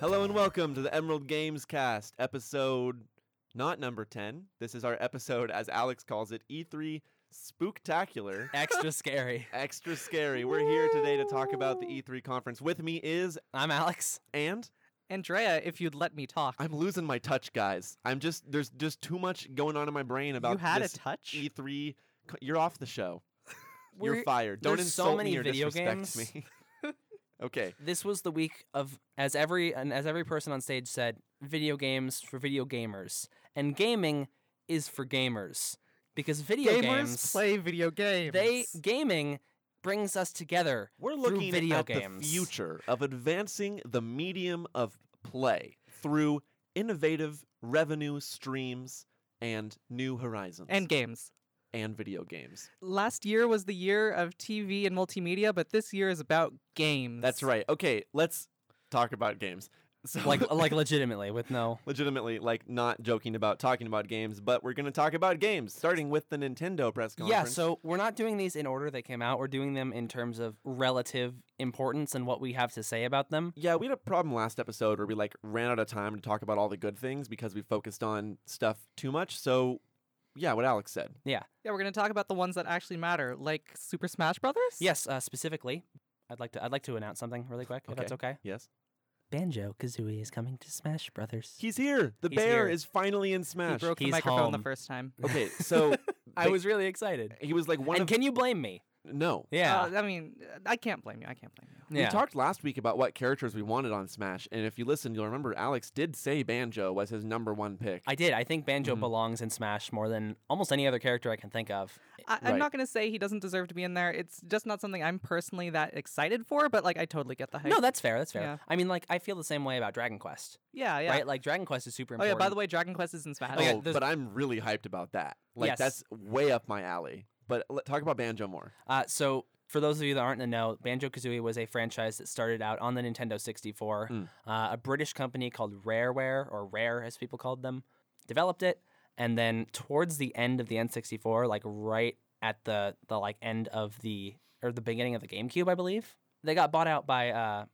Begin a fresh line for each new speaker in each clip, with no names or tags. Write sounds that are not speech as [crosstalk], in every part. Hello and welcome to the Emerald Games Cast, episode not number 10. This is our episode, as Alex calls it, E3 Spooktacular.
Extra scary.
Extra scary. We're here today to talk about the E3 conference. With me is,
I'm Alex.
and
Andrea, if you'd let me talk.
I'm losing my touch, guys. I'm just, there's just too much going on in my brain about
you had a
this E
touch?
E3. co- You're off the show. You're
We're-
fired. Don't
there's so
insult
many
me or
video
disrespect
games.
me. [laughs] okay.
[laughs] This was the week of as every and as every person on stage said, video games for video gamers. And gaming is for gamers. Because video
Gamers
games
play video games.
they gaming brings
[laughs]
us together.
We're
through
looking
video
at
games.
the future of advancing the medium of play through innovative revenue streams and new horizons
and games.
and video games.
Last year was the year of TV and multimedia, but this year is about games.
That's right. Okay, let's talk about games. So like
like like legitimately with no
[laughs] legitimately like not joking about talking about games, but we're going to talk about games starting with the Nintendo press conference.
Yeah, so we're not doing these in order they came out. We're doing them in terms of relative importance and what we have to say about them.
Yeah, we had a problem last episode where we like ran out of time to talk about all the good things because we focused on stuff too much. So yeah, what Alex said.
Yeah.
Yeah, we're going to talk about the ones that actually matter, like Super Smash Brothers?
Yes, uh, specifically, I'd like to I'd like to announce something really quick. If that's okay.
Yes.
Banjo Kazooie is coming to Smash Brothers.
He's here. The
He's
bear
here.
is finally in
He
Smash. [laughs]
broke the
He's
microphone the
home.
first time.
Okay, so
I was really excited.
he was like one
And
of
can you blame me?
no.
Yeah.
Uh, I mean, I can't blame you. I can't blame you.
yeah.
We talked last week about what characters we wanted on Smash, and if you listened, you'll remember Alex did say Banjo was his number one pick.
I did. I think Banjo
Mm-hmm.
belongs in Smash more than almost any other character I can think of.
I, I'm
Right.
not going to say he doesn't deserve to be in there. It's just not something I'm personally that excited for, but like I totally get the hype.
No, that's fair. That's fair.
Yeah.
I mean, like, I feel the same way about Dragon Quest,
yeah, yeah.
right? Like, Dragon Quest is super
oh, yeah,
important.
by the way, Dragon Quest is in Smash.
oh,
yeah, there's-
but I'm really hyped about that. Like
Yes.
that's way up my alley. But let, talk about Banjo more.
Uh, so, for those of you that aren't in the know, Banjo Kazooie was a franchise that started out on the Nintendo 64. Uh, a British company called Rareware, or Rare as people called them, developed it. And then, towards the end of the N64, like right at the, the like end of the, or the beginning of the GameCube, I believe, they got bought out by uh,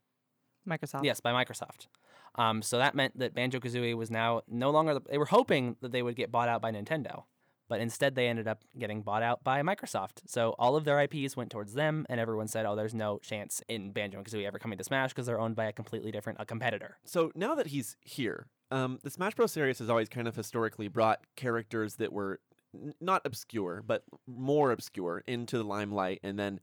Microsoft.
Yes, by Microsoft. Um, so that meant that Banjo Kazooie was now no longer. The, they were hoping that they would get bought out by Nintendo, but instead they ended up getting bought out by Microsoft. So all of their IPs went towards them, and everyone said, "Oh, there's no chance in Banjo and Kazooie ever coming to Smash because they're owned by a completely different a competitor."
So now that he's here, um, the Smash Bros. series has always kind of historically brought characters that were n- not obscure, but more obscure into the limelight, and then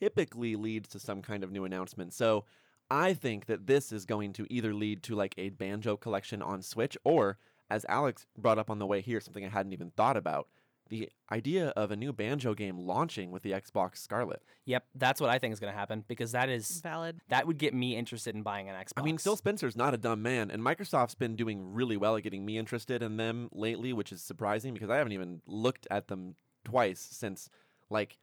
typically leads to some kind of new announcement. So I think that this is going to either lead to like a banjo collection on Switch, or as Alex brought up on the way here, something I hadn't even thought about. The idea of a new banjo game launching with the Xbox Scarlet.
Yep, that's what I think is going to happen because that is
Valid.
that would get me interested in buying an Xbox.
I mean, Phil Spencer's not a dumb man, and Microsoft's been doing really well at getting me interested in them lately, which is surprising because I haven't even looked at them twice since like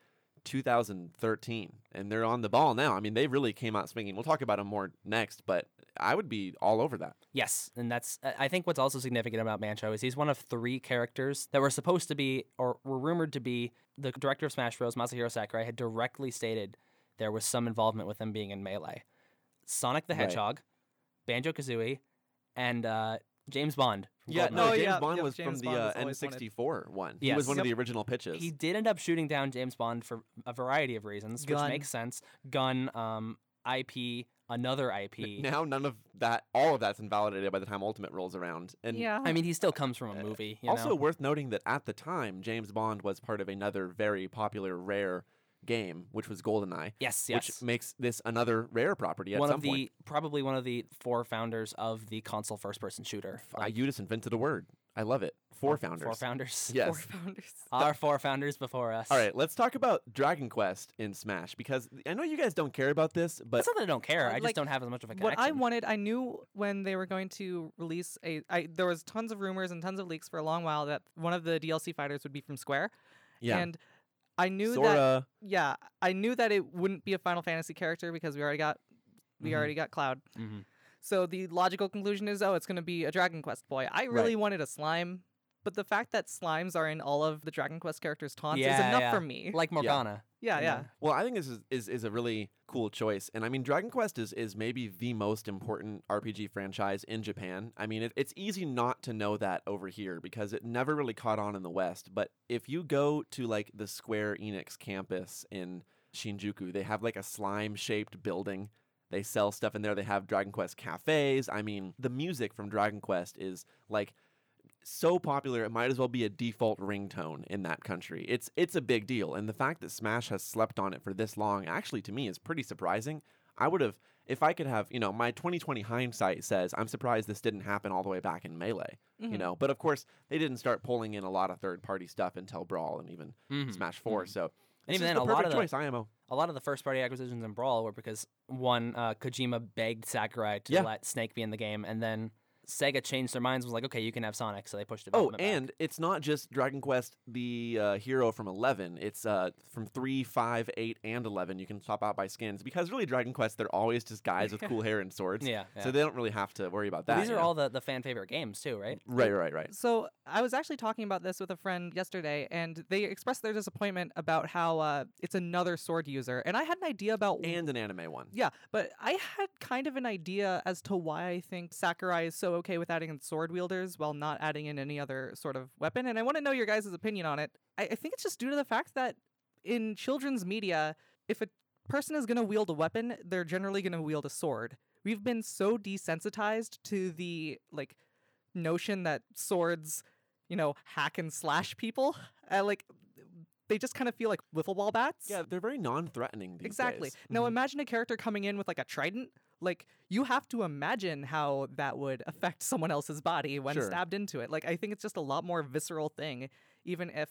2013, and they're on the ball now. I mean, they really came out swinging. We'll talk about them more next, but I would be all over that.
Yes, and that's uh, I I think what's also significant about Mancho is he's one of three characters that were supposed to be or were rumored to be the director of Smash Bros. Masahiro Sakurai had directly stated there was some involvement with them being in Melee. Sonic the Hedgehog, Banjo Kazooie, and uh, James Bond. from
Yeah,
GoldenEye.
no,
Oh,
James
yeah,
Bond
yep,
was
James
from the
Bond was
uh,
always wanted.
N64 one. He was
Yes.
one of
Yep.
the original pitches.
He did end up shooting down James Bond for a variety of reasons, which
Gun.
makes sense. Gun, um, IP, another IP.
now none of that, all of that's invalidated by the time Ultimate rolls around, and
Yeah.
I mean, he still comes from a movie. You
also
know?
worth noting that at the time, James Bond was part of another very popular rare game, which was GoldenEye.
Yes, yes.
Which makes this another rare property at
one
some
of the
point.
probably one of the four founders of the console first person shooter. uh,
I, you just invented a word. I love it. uh, Four founders.
Four founders.
Yes.
Four [laughs] founders.
Our four founders before us.
All right, let's talk about Dragon Quest in Smash because I know you guys don't care about this, but
It's not that I don't care. I just
Like,
don't have as much of a
what
connection.
I wanted, I knew when they were going to release a. I, there was tons of rumors and tons of leaks for a long while that one of the DLC fighters would be from Square.
Yeah.
And I knew that.
Sora.
Yeah, I knew that it wouldn't be a Final Fantasy character because we already got, we already got Cloud.
Mhm.
[laughs] So the logical conclusion is, oh, it's going to be a Dragon Quest boy. I really
Right.
wanted a slime, but the fact that slimes are in all of the Dragon Quest characters' taunts
yeah,
is enough
yeah.
for me.
Like Morgana.
Yeah,
And
yeah.
then-
Well, I think this is, is, is a really cool choice. And I mean, Dragon Quest is, is maybe the most important RPG franchise in Japan. I mean, it, it's easy not to know that over here because it never really caught on in the West. But if you go to like the Square Enix campus in Shinjuku, they have like a slime shaped building. They sell stuff in there. They have Dragon Quest cafes. I mean, the music from Dragon Quest is like so popular it might as well be a default ringtone in that country. It's it's a big deal and the fact that Smash has slept on it for this long actually to me is pretty surprising. I would have if I could have, you know, my 2020 hindsight says I'm surprised this didn't happen all the way back in Melee, you
Mm-hmm.
Mhm.
know. But of course, they didn't start pulling in a lot of third-party stuff until Brawl and even
Mhm.
Smash 4,
Mhm.
so
And
this
even
is
then,
the
a lot
perfect
of the,
choice, IMO.
a lot of the first party acquisitions in Brawl were because one, uh, Kojima begged Sakurai to
Yeah.
let Snake be in the game, and then Sega changed their minds and was like, okay, you can have Sonic, so they pushed it.
Oh, and it's not just Dragon Quest, the uh, hero from 11. It's uh, from 3, 5, 8, and 11. You can top out by skins because really, Dragon Quest, they're always just guys with
[laughs]
cool hair and swords.
yeah, yeah.
So they don't really have to worry about
Well,
that.
these
you
are
know?
all the, the fan favorite games too, right?
Right, right,
[laughs]
right.
So I was actually talking about this with a friend yesterday, and they expressed their disappointment about how uh, it's another sword user. And I had an idea about
And an anime one.
yeah, but I had kind of an idea as to why I think Sakurai is so okay with adding in sword wielders while not adding in any other sort of weapon. And I want to know your guys' opinion on it. I, I think it's just due to the fact that in children's media, if a person is going to wield a weapon, they're generally going to wield a sword. We've been so desensitized to the like notion that swords, you know, hack and slash people. [laughs] Uh, like they just kind of feel like wiffle ball bats.
Yeah, they're very non threatening these
Exactly.
days. Mm-hmm.
Now
Mhm.
imagine a character coming in with like a trident. Like you have to imagine how that would affect someone else's body when
Sure.
stabbed into it. Like I think it's just a lot more visceral thing, even if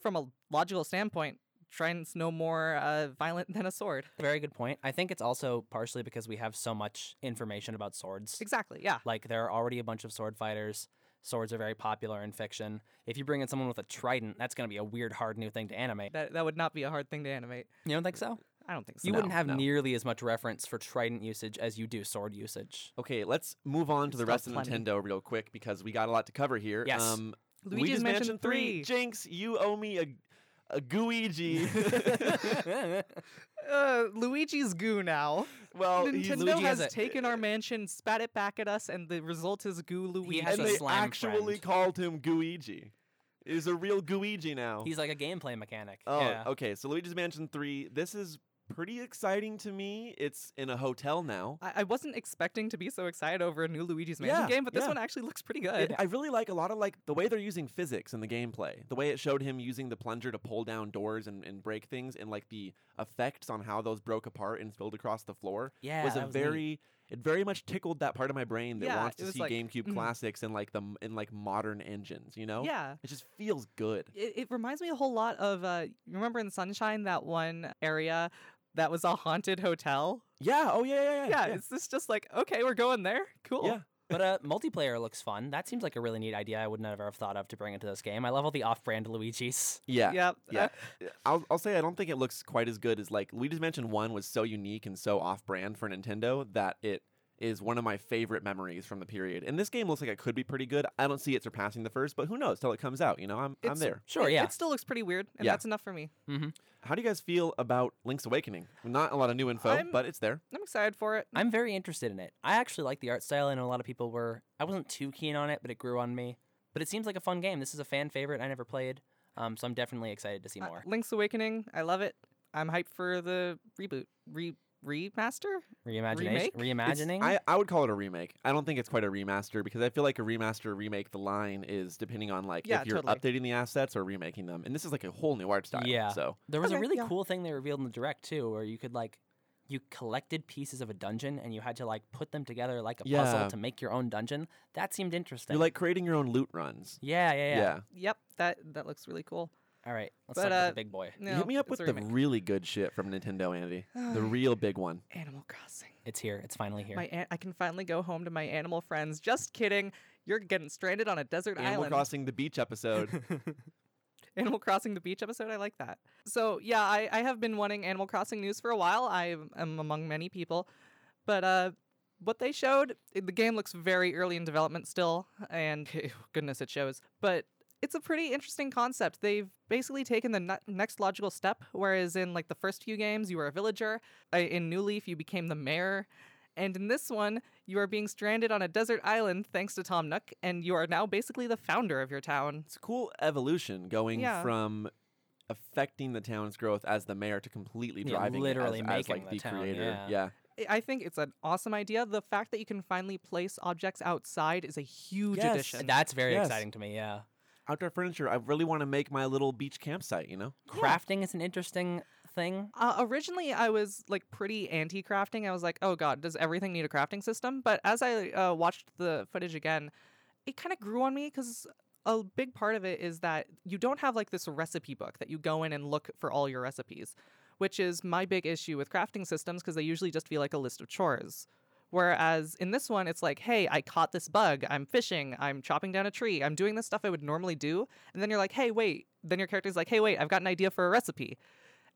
from a logical standpoint, trident's no more uh, violent than a sword.
Very good point. I think it's also partially because we have so much information about swords.
Exactly. Yeah.
Like there are already a bunch of sword fighters. Swords are very popular in fiction. If you bring in someone with a trident, that's going to be a weird, hard new thing to animate.
That that would not be a hard thing to animate.
You don't think so?
I don't think so.
You wouldn't
No,
have
no.
nearly as much reference for trident usage as you do sword
[laughs]
usage.
[laughs] Okay, let's move on to the
Still
rest of
plenty.
Nintendo real quick because we got a lot to cover here.
Yes.
Um,
Luigi's
Mansion,
Mansion
3.
3.
Jinx, you owe me a, a
[laughs]
Guiji. [laughs]
That's
Uh, Luigi's goo now.
well, he's
Nintendo
Luigi
has
has a-
taken our mansion, spat it back at us, and the result is goo Luigi.
has
and
a
they
slam
actually
friend.
called him Guiji. He's a real Guiji now.
He's like a gameplay mechanic.
oh,
yeah.
okay. So Luigi's Mansion Three. This is pretty exciting to me. It's in a hotel now.
I, I wasn't expecting to be so excited over a new Luigi's Mansion
Yeah,
game, but this
yeah.
one actually looks pretty
It-
good.
I really like a lot of like the way they're using physics in the gameplay. The way it showed him using the plunger to pull down doors and, and break things, and like the effects on how those broke apart and spilled across the floor
Yeah,
was a
that was neat.
very it very much tickled that part of my brain that
Yeah,
wants
it
to
was
see
like,
GameCube
mm.
mm-hmm.
classics and like the m- in like modern engines. You know,
Yeah.
it just feels good.
It, it reminds me a whole lot of uh, you remember in Sunshine that one area that was a haunted hotel.
Yeah. Oh yeah. Yeah.
Yeah, it's this just like okay, we're going there. Cool.
Yeah.
But uh, multiplayer looks fun. That seems like a really neat idea I would never have thought of to bring into this game. I love all the off-brand Luigi's.
Yeah.
Yep.
Yeah.
Uh,
I'll, I'll say I don't think it looks quite as good as like Luigi's Mansion One was so unique and so off brand for Nintendo that it is one of my favorite memories from the period. And this game looks like it could be pretty good. I don't see it surpassing the first, but who knows till it comes out? You know, I'm I'm
It's-
there.
Sure,
it-
yeah.
It still looks pretty weird, and
Yeah.
that's enough for me.
How do you guys feel about Link's Awakening? Not a lot of new info,
I'm-
but it's there.
I'm excited for it.
I'm very interested in it. I actually like the art style. I know a lot of people were. I wasn't too keen on it, but it grew on me. But it seems like a fun game. This is a fan favorite. I never played, um, so I'm definitely excited to see
Uh,
more.
Link's Awakening, I love it. I'm hyped for the reboot, re remaster.
Reimagination,
remake?
It's-
reimagining.
I, I would call it a remake. I don't think it's quite a remaster because I feel like a remaster remake the line is depending on like
Yeah,
if you're
totally.
updating the assets or remaking them. And this is like a whole new art style.
Yeah.
So
there was a
okay,
really
yeah.
cool thing they revealed in the direct too, where you could like, you collected pieces of a dungeon and you had to like put them together like a
Yeah.
puzzle to make your own dungeon. That seemed interesting.
you're like creating your own loot runs.
yeah, yeah, yeah.
Yep, that that looks really cool.
All right, let's
But,
talk about
uh,
the big boy.
No,
Hit me up
it's
with
a
the
remake.
really good shit from Nintendo,
[sighs]
Andy. the real big one.
Animal Crossing.
It's here. It's finally here.
[laughs] My an- I can finally go home to my animal friends. Just kidding. You're getting stranded on a desert
Animal
island.
Crossing the beach
[laughs]
episode.
Animal Crossing the Beach episode. I like that. So yeah, I, I have been wanting Animal Crossing news for a while. I am among many people, but uh, what they [laughs] showed, the game looks very early in development still, and goodness, it shows. But it's a pretty interesting concept. They've basically taken the ne- next logical step, whereas in like the first few games, you were a villager. Uh, in New Leaf, you became the mayor. And in this one, you are being stranded on a desert island thanks to Tom Nook, and you are now basically the founder of your town.
It's a cool evolution going
Yeah.
from affecting the town's growth as the mayor to completely
Yeah,
driving
literally
it as, as,
making
like
the
the,
town,
creator.
yeah.
I- I think it's an awesome idea. The fact that you can finally place objects outside is a huge
Yes.
addition.
That's very
Yes.
exciting to me. Yeah.
Outdoor furniture. I really want to make my little beach campsite, you know?
Crafting is an interesting thing.
Uh, originally, I was like pretty anti crafting. I was like, oh god, does everything need a crafting system? But as I uh, watched the footage again, it kind of grew on me because a big part of it is that you don't have like this recipe book that you go in and look for all your recipes, which is my big issue with crafting systems because they usually just feel like a list of chores. Whereas in this one, it's like, hey, I caught this bug. I'm fishing. I'm chopping down a tree. I'm doing this stuff I would normally do. And then you're like, hey, wait. Then your character's like, hey, wait, I've got an idea for a recipe.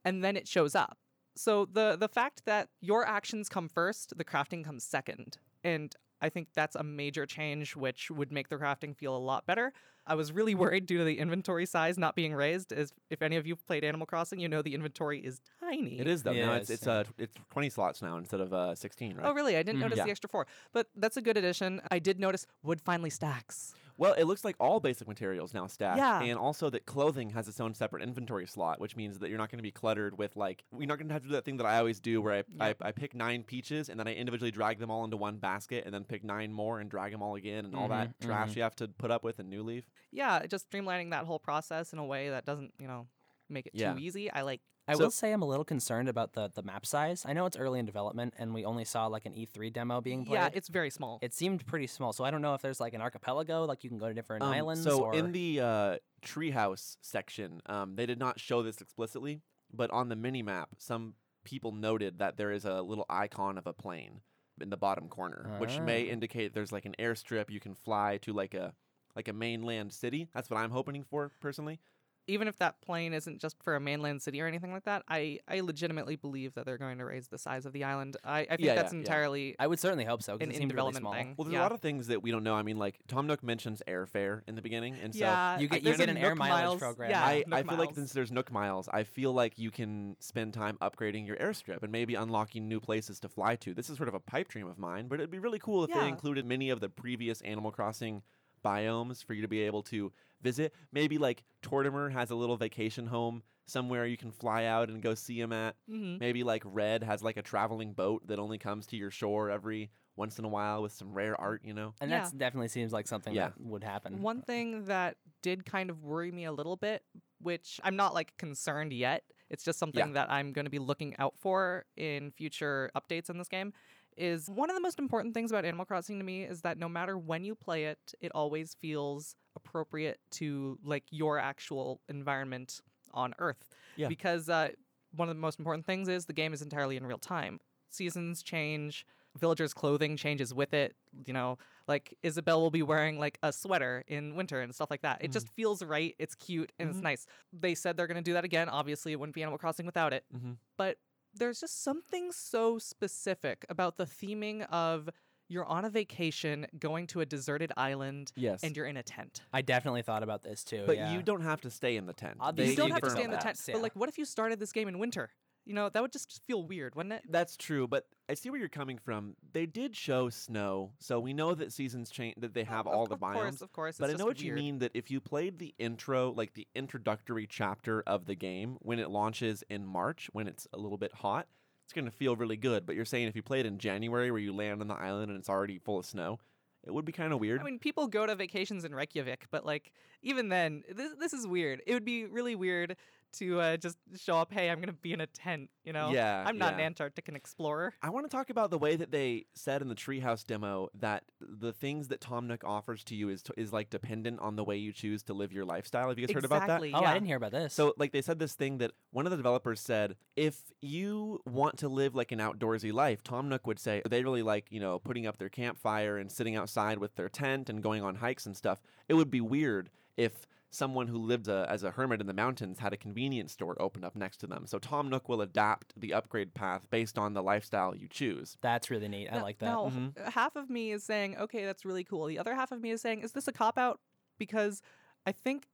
And then it shows up. So the the fact that your actions come first, the crafting comes second. And I think that's a major change which would make the crafting feel a lot better. I was really [laughs] worried due to the inventory size not being raised. As if any of you have played Animal Crossing, you know the inventory is tiny.
It is though. now
Yes,
it's it's
yeah.
uh tw- it's twenty slots now instead of uh sixteen, right?
Oh, really? I didn't
Mhm.
notice
Yeah.
the extra four. But that's a good addition. I did notice wood finally stacks.
Well, it looks like all basic materials now stack.
Yeah.
And also that clothing has its own separate inventory slot, which means that you're not going to be cluttered with like we're not going to have to do that thing that I always do where I, I I pick nine peaches and then I individually drag them all into one basket and then pick nine more and drag them all again and all that
Mhm,
trash you have to put up with in New Leaf.
Yeah, just streamlining that whole process in a way that doesn't, you know, make it
Yeah.
too easy. I like
I
So-
will say I'm a little concerned about the the map size. I know it's early in development, and we only saw like an E3 demo being played.
Yeah, it's very small.
it seemed pretty small, so I don't know if there's like an archipelago, like you can go to different
Um,
islands.
So
or...
in the uh, treehouse section, um, they did not show this explicitly, but on the mini map, some people noted that there is a little icon of a plane in the bottom corner, which may
Ah.
indicate there's like an airstrip you can fly to, like a like a mainland city. That's what I'm hoping for personally.
Even if that plane isn't just for a mainland city or anything like that, I, I legitimately believe that they're going to raise the size of the island. I, I think
Yeah, yeah,
that's
yeah.
entirely
I would certainly hope so. 'cause
an
it
in
seemed really
development
small.
thing.
Well, there's a
yeah.
lot of things that we don't know. I mean, like Tom Nook mentions airfare in the beginning, and so
yeah,
You
uh,
get- you
there's
get
a
an air
Nook
mileage
Miles-
program.
Yeah,
I,
Nook
I feel like
Miles.
since there's Nook Miles, I feel like you can spend time upgrading your airstrip and maybe unlocking new places to fly to. This is sort of a pipe dream of mine, but it'd be really cool if
Yeah.
they included many of the previous Animal Crossing biomes for you to be able to visit. Maybe like Tortimer has a little vacation home somewhere you can fly out and go see him at.
Mhm.
Maybe like Red has like a traveling boat that only comes to your shore every once in a while with some rare art, you know?
And
Yeah.
that definitely seems like something
Yeah.
that would happen.
One thing that did kind of worry me a little bit, which I'm not like concerned yet, it's just something that I'm going to be looking out for in future updates in this game, is one of the most important things about Animal Crossing to me is that no matter when you play it, it always feels appropriate to like your actual environment on Earth.
Yeah.
Because uh, one of the most important things is the game is entirely in real time. Seasons change, villagers' clothing changes with it. You know, like Isabel will be wearing like a sweater in winter and stuff like that. It
Mhm.
just feels right. It's cute and
Mhm.
it's nice. They said they're going to do that again. Obviously, it wouldn't be Animal Crossing without it.
Mhm.
But there's just something so specific about the theming of you're on a vacation going to a deserted island
Yes.
and you're in a tent.
I definitely thought about this too.
but
yeah.
you don't have to stay in the tent.
Obviously
They
you don't have to
confirmed
stay in the
that.
that.
tent.
Yeah.
But like, what if you started this game in winter? You know, that would just feel weird, wouldn't it?
That's true, but I see where you're coming from. They did show snow, so we know that seasons change that they have
Of-
all
of,
the
of
biomes.
Course, of course,
but I
it's
know
just
what you
weird.
mean that if you played the intro, like the introductory chapter of the game when it launches in March, when it's a little bit hot, it's going to feel really good. But you're saying if you play it in January where you land on the island and it's already full of snow, it would be kind of weird.
I mean, people go to vacations in Reykjavik, but like even then, this this is weird. It would be really weird to uh, just show up. Hey, I'm gonna be in a tent. You know,
yeah,
I'm not
yeah.
an Antarctic explorer.
I want to talk about the way that they said in the Treehouse demo that the things that Tom Nook offers to you is is like dependent on the way you choose to live your lifestyle. Have you guys
exactly.
heard about that?
Oh,
yeah.
I didn't hear about this.
So, like, they said this thing that one of the developers said if you want to live like an outdoorsy life, Tom Nook would say they really like, you know, putting up their campfire and sitting outside with their tent and going on hikes and stuff. It would be weird if someone who lived uh as a hermit in the mountains had a convenience store open up next to them. So, Tom Nook will adapt the upgrade path based on the lifestyle you choose.
that's really neat. I
No-
like that.
No,
Mhm.
h- half of me is saying, okay, that's really cool. The other half of me is saying, is this a cop out? Because I think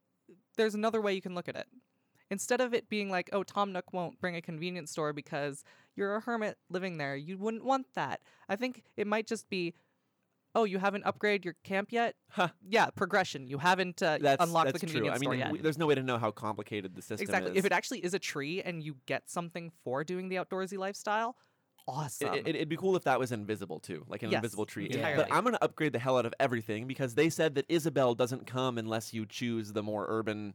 there's another way you can look at it. Instead of it being like, oh, Tom Nook won't bring a convenience store because you're a hermit living there. You wouldn't want that. I think it might just be, oh, you haven't upgraded your camp yet?
Huh.
Yeah, progression. You haven't uh,
That's
unlocked
that's
the
true.
convenience
I mean,
store yet.
we- there's no way to know how complicated the system
exactly.
is.
If it actually is a tree and you get something for doing the outdoorsy lifestyle, awesome.
It, it, it'd be cool if that was invisible too, like an
Yes,
invisible tree. is. But
entirely.
I'm gonna upgrade the hell out of everything because they said that Isabel doesn't come unless you choose the more urban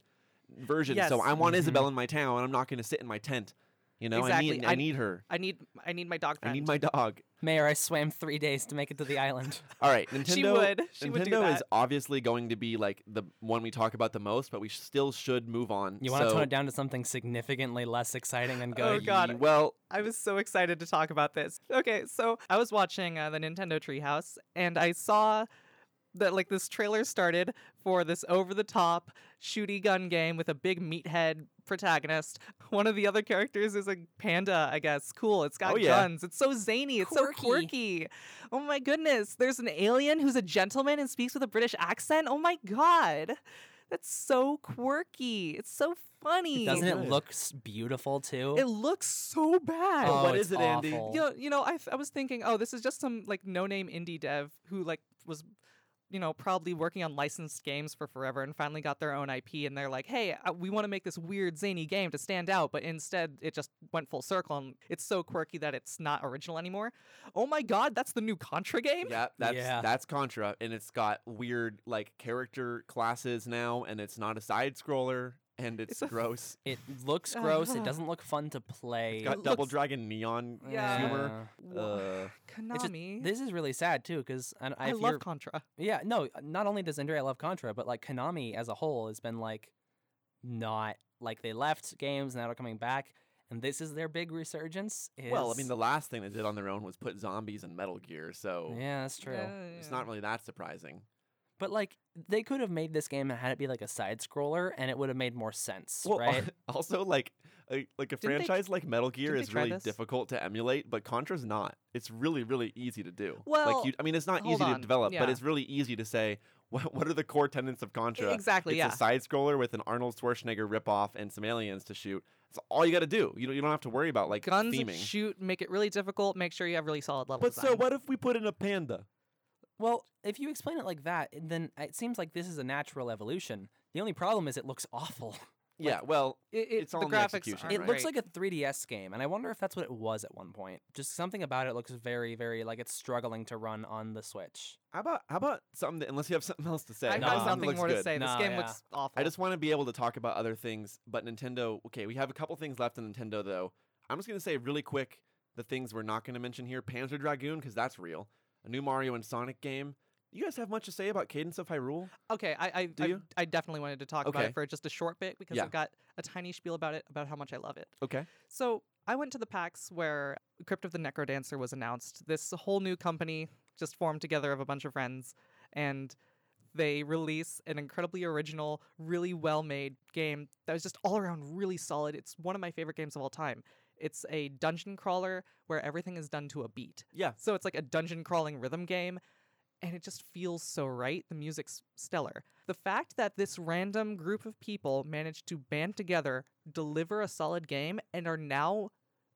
version. So
Yes.
I want
Mhm.
Isabel in my town, and I'm not gonna sit in my tent. You know, I
Exactly.
need I,
I-
need her.
I need I need my dog
I
friend.
need my dog.
Mayor, I swam three days to make it to
[laughs]
the island.
All right, Nintendo.
[laughs] she would. She
Nintendo
would do that.
is obviously going to be like the one we talk about the most, but we still should move on.
You want to
So-
tone it down to something significantly less exciting and go.
Oh, God.
Well,
I was so excited to talk about this. Okay, so I was watching uh, the Nintendo Treehouse and I saw that like this trailer started for this over the top shooty gun game with a big meathead protagonist. One of the other characters is a panda, I guess. Cool. It's got
Oh, yeah.
guns. It's so zany. It's so
Quirky.
quirky. Oh my goodness. There's an alien who's a gentleman and speaks with a British accent. Oh my god. That's so quirky. It's so funny.
Doesn't it
Good.
look s- beautiful too?
It looks so bad.
oh,
what
it's
is it, Andy?
awful.
you know, you know I, th- I was thinking, oh, this is just some like no-name indie dev who like was, you know, probably working on licensed games for forever and finally got their own IP and they're like, hey, uh, we want to make this weird zany game to stand out, but instead it just went full circle and it's so quirky that it's not original anymore. Oh my god, that's the new Contra game.
Yeah, that's
Yeah.
that's Contra, and it's got weird like character classes now, and it's not a side scroller, and it's,
It's a-
gross.
It looks gross. It
Ah.
doesn't look fun to play.
It's got
It
double
looks-
dragon neon
Yeah.
humor.
Wha-
Uh,
It's just-
Konami.
This is really sad too, because I,
I
if
love
you're-
Contra.
yeah, no. Not only does Andrea love Contra, but like Konami as a whole has been like, not like they left games now they're coming back, and this is their big resurgence. Is,
well, I mean, the last thing they did on their own was put zombies in Metal Gear, so
yeah, that's true.
it's not really that surprising.
But like, they could have made this game and had it be like a side scroller, and it would have made more sense,
Well,
right?
[laughs] also like a, like a
Didn't they-
franchise like Metal Gear
didn't they
is
try
really
this?
difficult to emulate, but Contra's not. It's really really easy to do.
Well,
like you, I mean, it's not
hold
easy to
on,
develop, but
yeah.
it's really easy to say. What, what are the core tenets of Contra?
Exactly,
It's
yeah.
a side scroller with an Arnold Schwarzenegger ripoff and some aliens to shoot. That's all you got to do. You don't, you don't have to worry about like
Guns
theming.
shoot, make it really difficult, make sure you have really solid level
but so
design.
what if we put in a panda?
Well, if you explain it like that, then it seems like this is a natural evolution. The only problem is it looks awful.
yeah, well,
It, it,
It's all
the
in the
graphics
execution,
aren't
It looks
great.
like a 3DS game, and I wonder if that's what it was at one point. Just something about it looks very, very like it's struggling to run on the Switch.
how about how about something? That, unless you have [laughs] something else to say,
I
how
have
about
Nah.
something that looks
nothing more to
good?
say. This
Nah,
game
yeah.
looks awful.
I just want to be able to talk about other things, but Nintendo. Okay, we have a couple things left in Nintendo though. I'm just gonna say really quick the things we're not gonna mention here: Panzer Dragoon, because that's real. A new Mario and Sonic game. You guys have much to say about Cadence of Hyrule?
Okay, I I,
Do
I,
you?
I definitely wanted to talk about
Okay.
it for just a short bit because
Yeah.
I've got a tiny spiel about it about how much I love it.
Okay.
So I went to the PAX where Crypt of the Necrodancer was announced. This whole new company just formed together of a bunch of friends, and they release an incredibly original, really well made game that was just all around really solid. It's one of my favorite games of all time. It's a dungeon crawler where everything is done to a beat.
Yeah.
So it's like a dungeon crawling rhythm game, and it just feels so right. The music's stellar. The fact that this random group of people managed to band together, deliver a solid game, and are now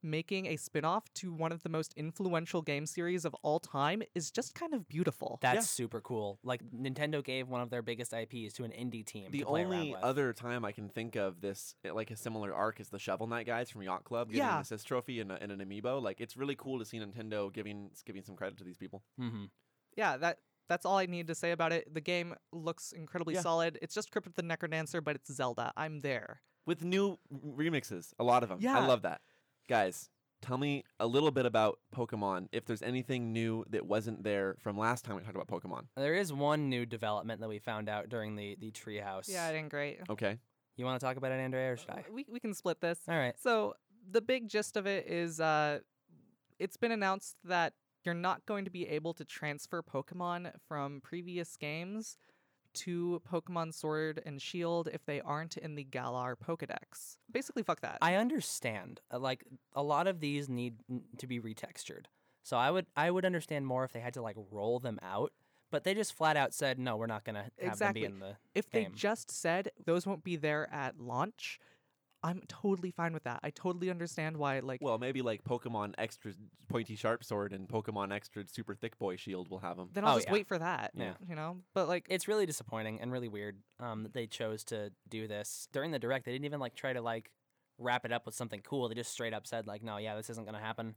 making a spin off to one of the most influential game series of all time is just kind of beautiful.
That's super cool. Like Nintendo gave one of their biggest IPs to an indie team.
The
to play around
only
with.
other time I can think of this, eh, like a similar arc, is the Shovel Knight guys from Yacht Club getting
Yeah.
an assist trophy and, a, and an amiibo. Like, it's really cool to see Nintendo giving s- giving some credit to these people.
Mhm.
yeah, that that's all I need to say about it. The game looks incredibly
Yeah.
solid. It's just Crypt of the Necrodancer, but it's Zelda. I'm there.
With new m- remixes, a lot of them. I
Yeah.
love that. Guys, tell me a little bit about Pokemon, if there's anything new that wasn't there from last time we talked about Pokemon.
There is one new development that we found out during the the treehouse.
Yeah, it ain't great.
Okay.
you want to talk about it, Andrea, or should I?
We we can split this.
All right.
So the big gist of it is uh it's been announced that you're not going to be able to transfer Pokemon from previous games to Pokemon Sword and Shield if they aren't in the Galar Pokedex. Basically fuck that.
I understand. uh, Like a lot of these need n- to be retextured. So I would I would understand more if they had to like roll them out. But they just flat out said, no, we're not going to have
Exactly.
them be in the.
If they
Game.
just said those won't be there at launch, I'm totally fine with that. I totally understand why. Like,
Well, maybe like Pokemon extra pointy sharp sword and Pokemon extra super thick boy shield will have them.
then I'll
oh,
just
yeah.
wait for that.
Yeah.
You know, but like,
It's really disappointing and really weird um, that they chose to do this during the direct. They didn't even like try to like wrap it up with something cool. They just straight up said like, no, yeah, this isn't going to happen.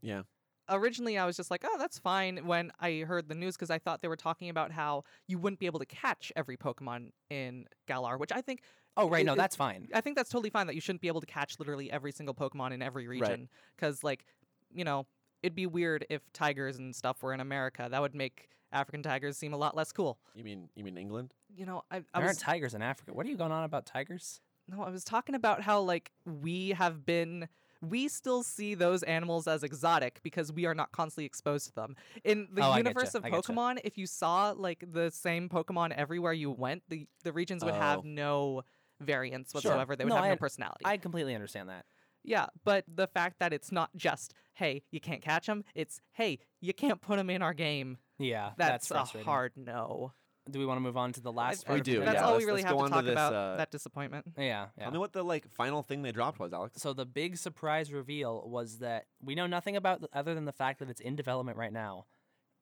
originally I was just like, oh, that's fine when I heard the news because I thought they were talking about how you wouldn't be able to catch every Pokemon in Galar, which I think
Oh, right.
It-
No,
it-
that's fine.
I think that's totally fine that you shouldn't be able to catch literally every single Pokemon in every region because like, you know, it'd be weird if tigers and stuff were in America. That would make African tigers seem a lot less cool.
You mean you mean England?
You know, I, I
There
was
aren't tigers in Africa. What are you going on about tigers?
No, I was talking about how like we have been we still see those animals as exotic because we are not constantly exposed to them. In the
Oh, I getcha,
universe of
I getcha.
Pokemon, if you saw like the same Pokemon everywhere you went, the, the regions would
Oh.
have no variance
Sure.
whatsoever. They would
No,
have
I-
no personality.
I completely understand that.
yeah, but the fact that it's not just hey, you can't catch them, it's hey, you can't put them in our game.
Yeah,
That's, a
frustrating.
hard no.
Do we want to move on to the last
We
part? of
do,
Nintendo?
That's
yeah,
all we
let's-
really
let's
have
go
to
on to
talk
this,
about
uh,
that disappointment.
Yeah, yeah.
Tell me what the like final thing they dropped was, Alex.
So the big surprise reveal was that we know nothing about th- other than the fact that it's in development right now.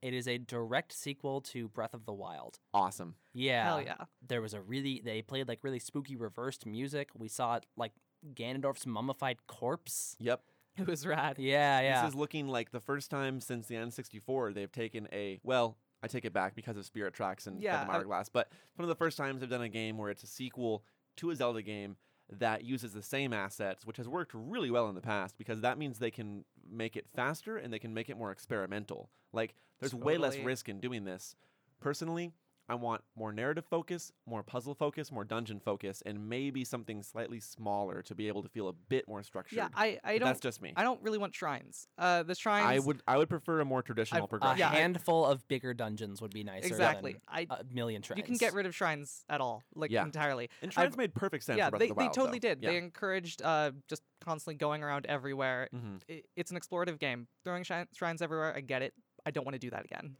It is a direct sequel to Breath of the Wild.
Awesome.
Yeah.
Hell yeah.
There was a really they played like really spooky reversed music. We saw like Ganondorf's mummified corpse.
Yep.
It was rad.
Yeah, yeah.
This is looking like the first time since the N64 they've taken a well, I take it back because of Spirit Tracks and
Yeah,
Phantom
I-
Hourglass, but it's one of the first times they've done a game where it's a sequel to a Zelda game that uses the same assets, which has worked really well in the past because that means they can make it faster and they can make it more experimental. Like there's way less
Totally.
risk in doing this. Personally, I want more narrative focus, more puzzle focus, more dungeon focus, and maybe something slightly smaller to be able to feel a bit more structured.
Yeah, I, I
But
don't
that's just me.
I don't really want shrines. Uh, the shrines. [laughs]
I would I would prefer a more
uh,
traditional
a
progression.
yeah, I-
handful of bigger dungeons would be nicer.
exactly. I
Than a million tries.
you can get rid of shrines at all, like
Uh, Yeah.
entirely.
and shrines made perfect sense.
yeah,
for Breath
they,
of the
they
Wild,
totally
though.
did.
Yeah.
They encouraged uh, just constantly going around everywhere.
Mhm.
I it's an explorative game. Throwing shi- shrines everywhere. I get it. I don't want to do that again.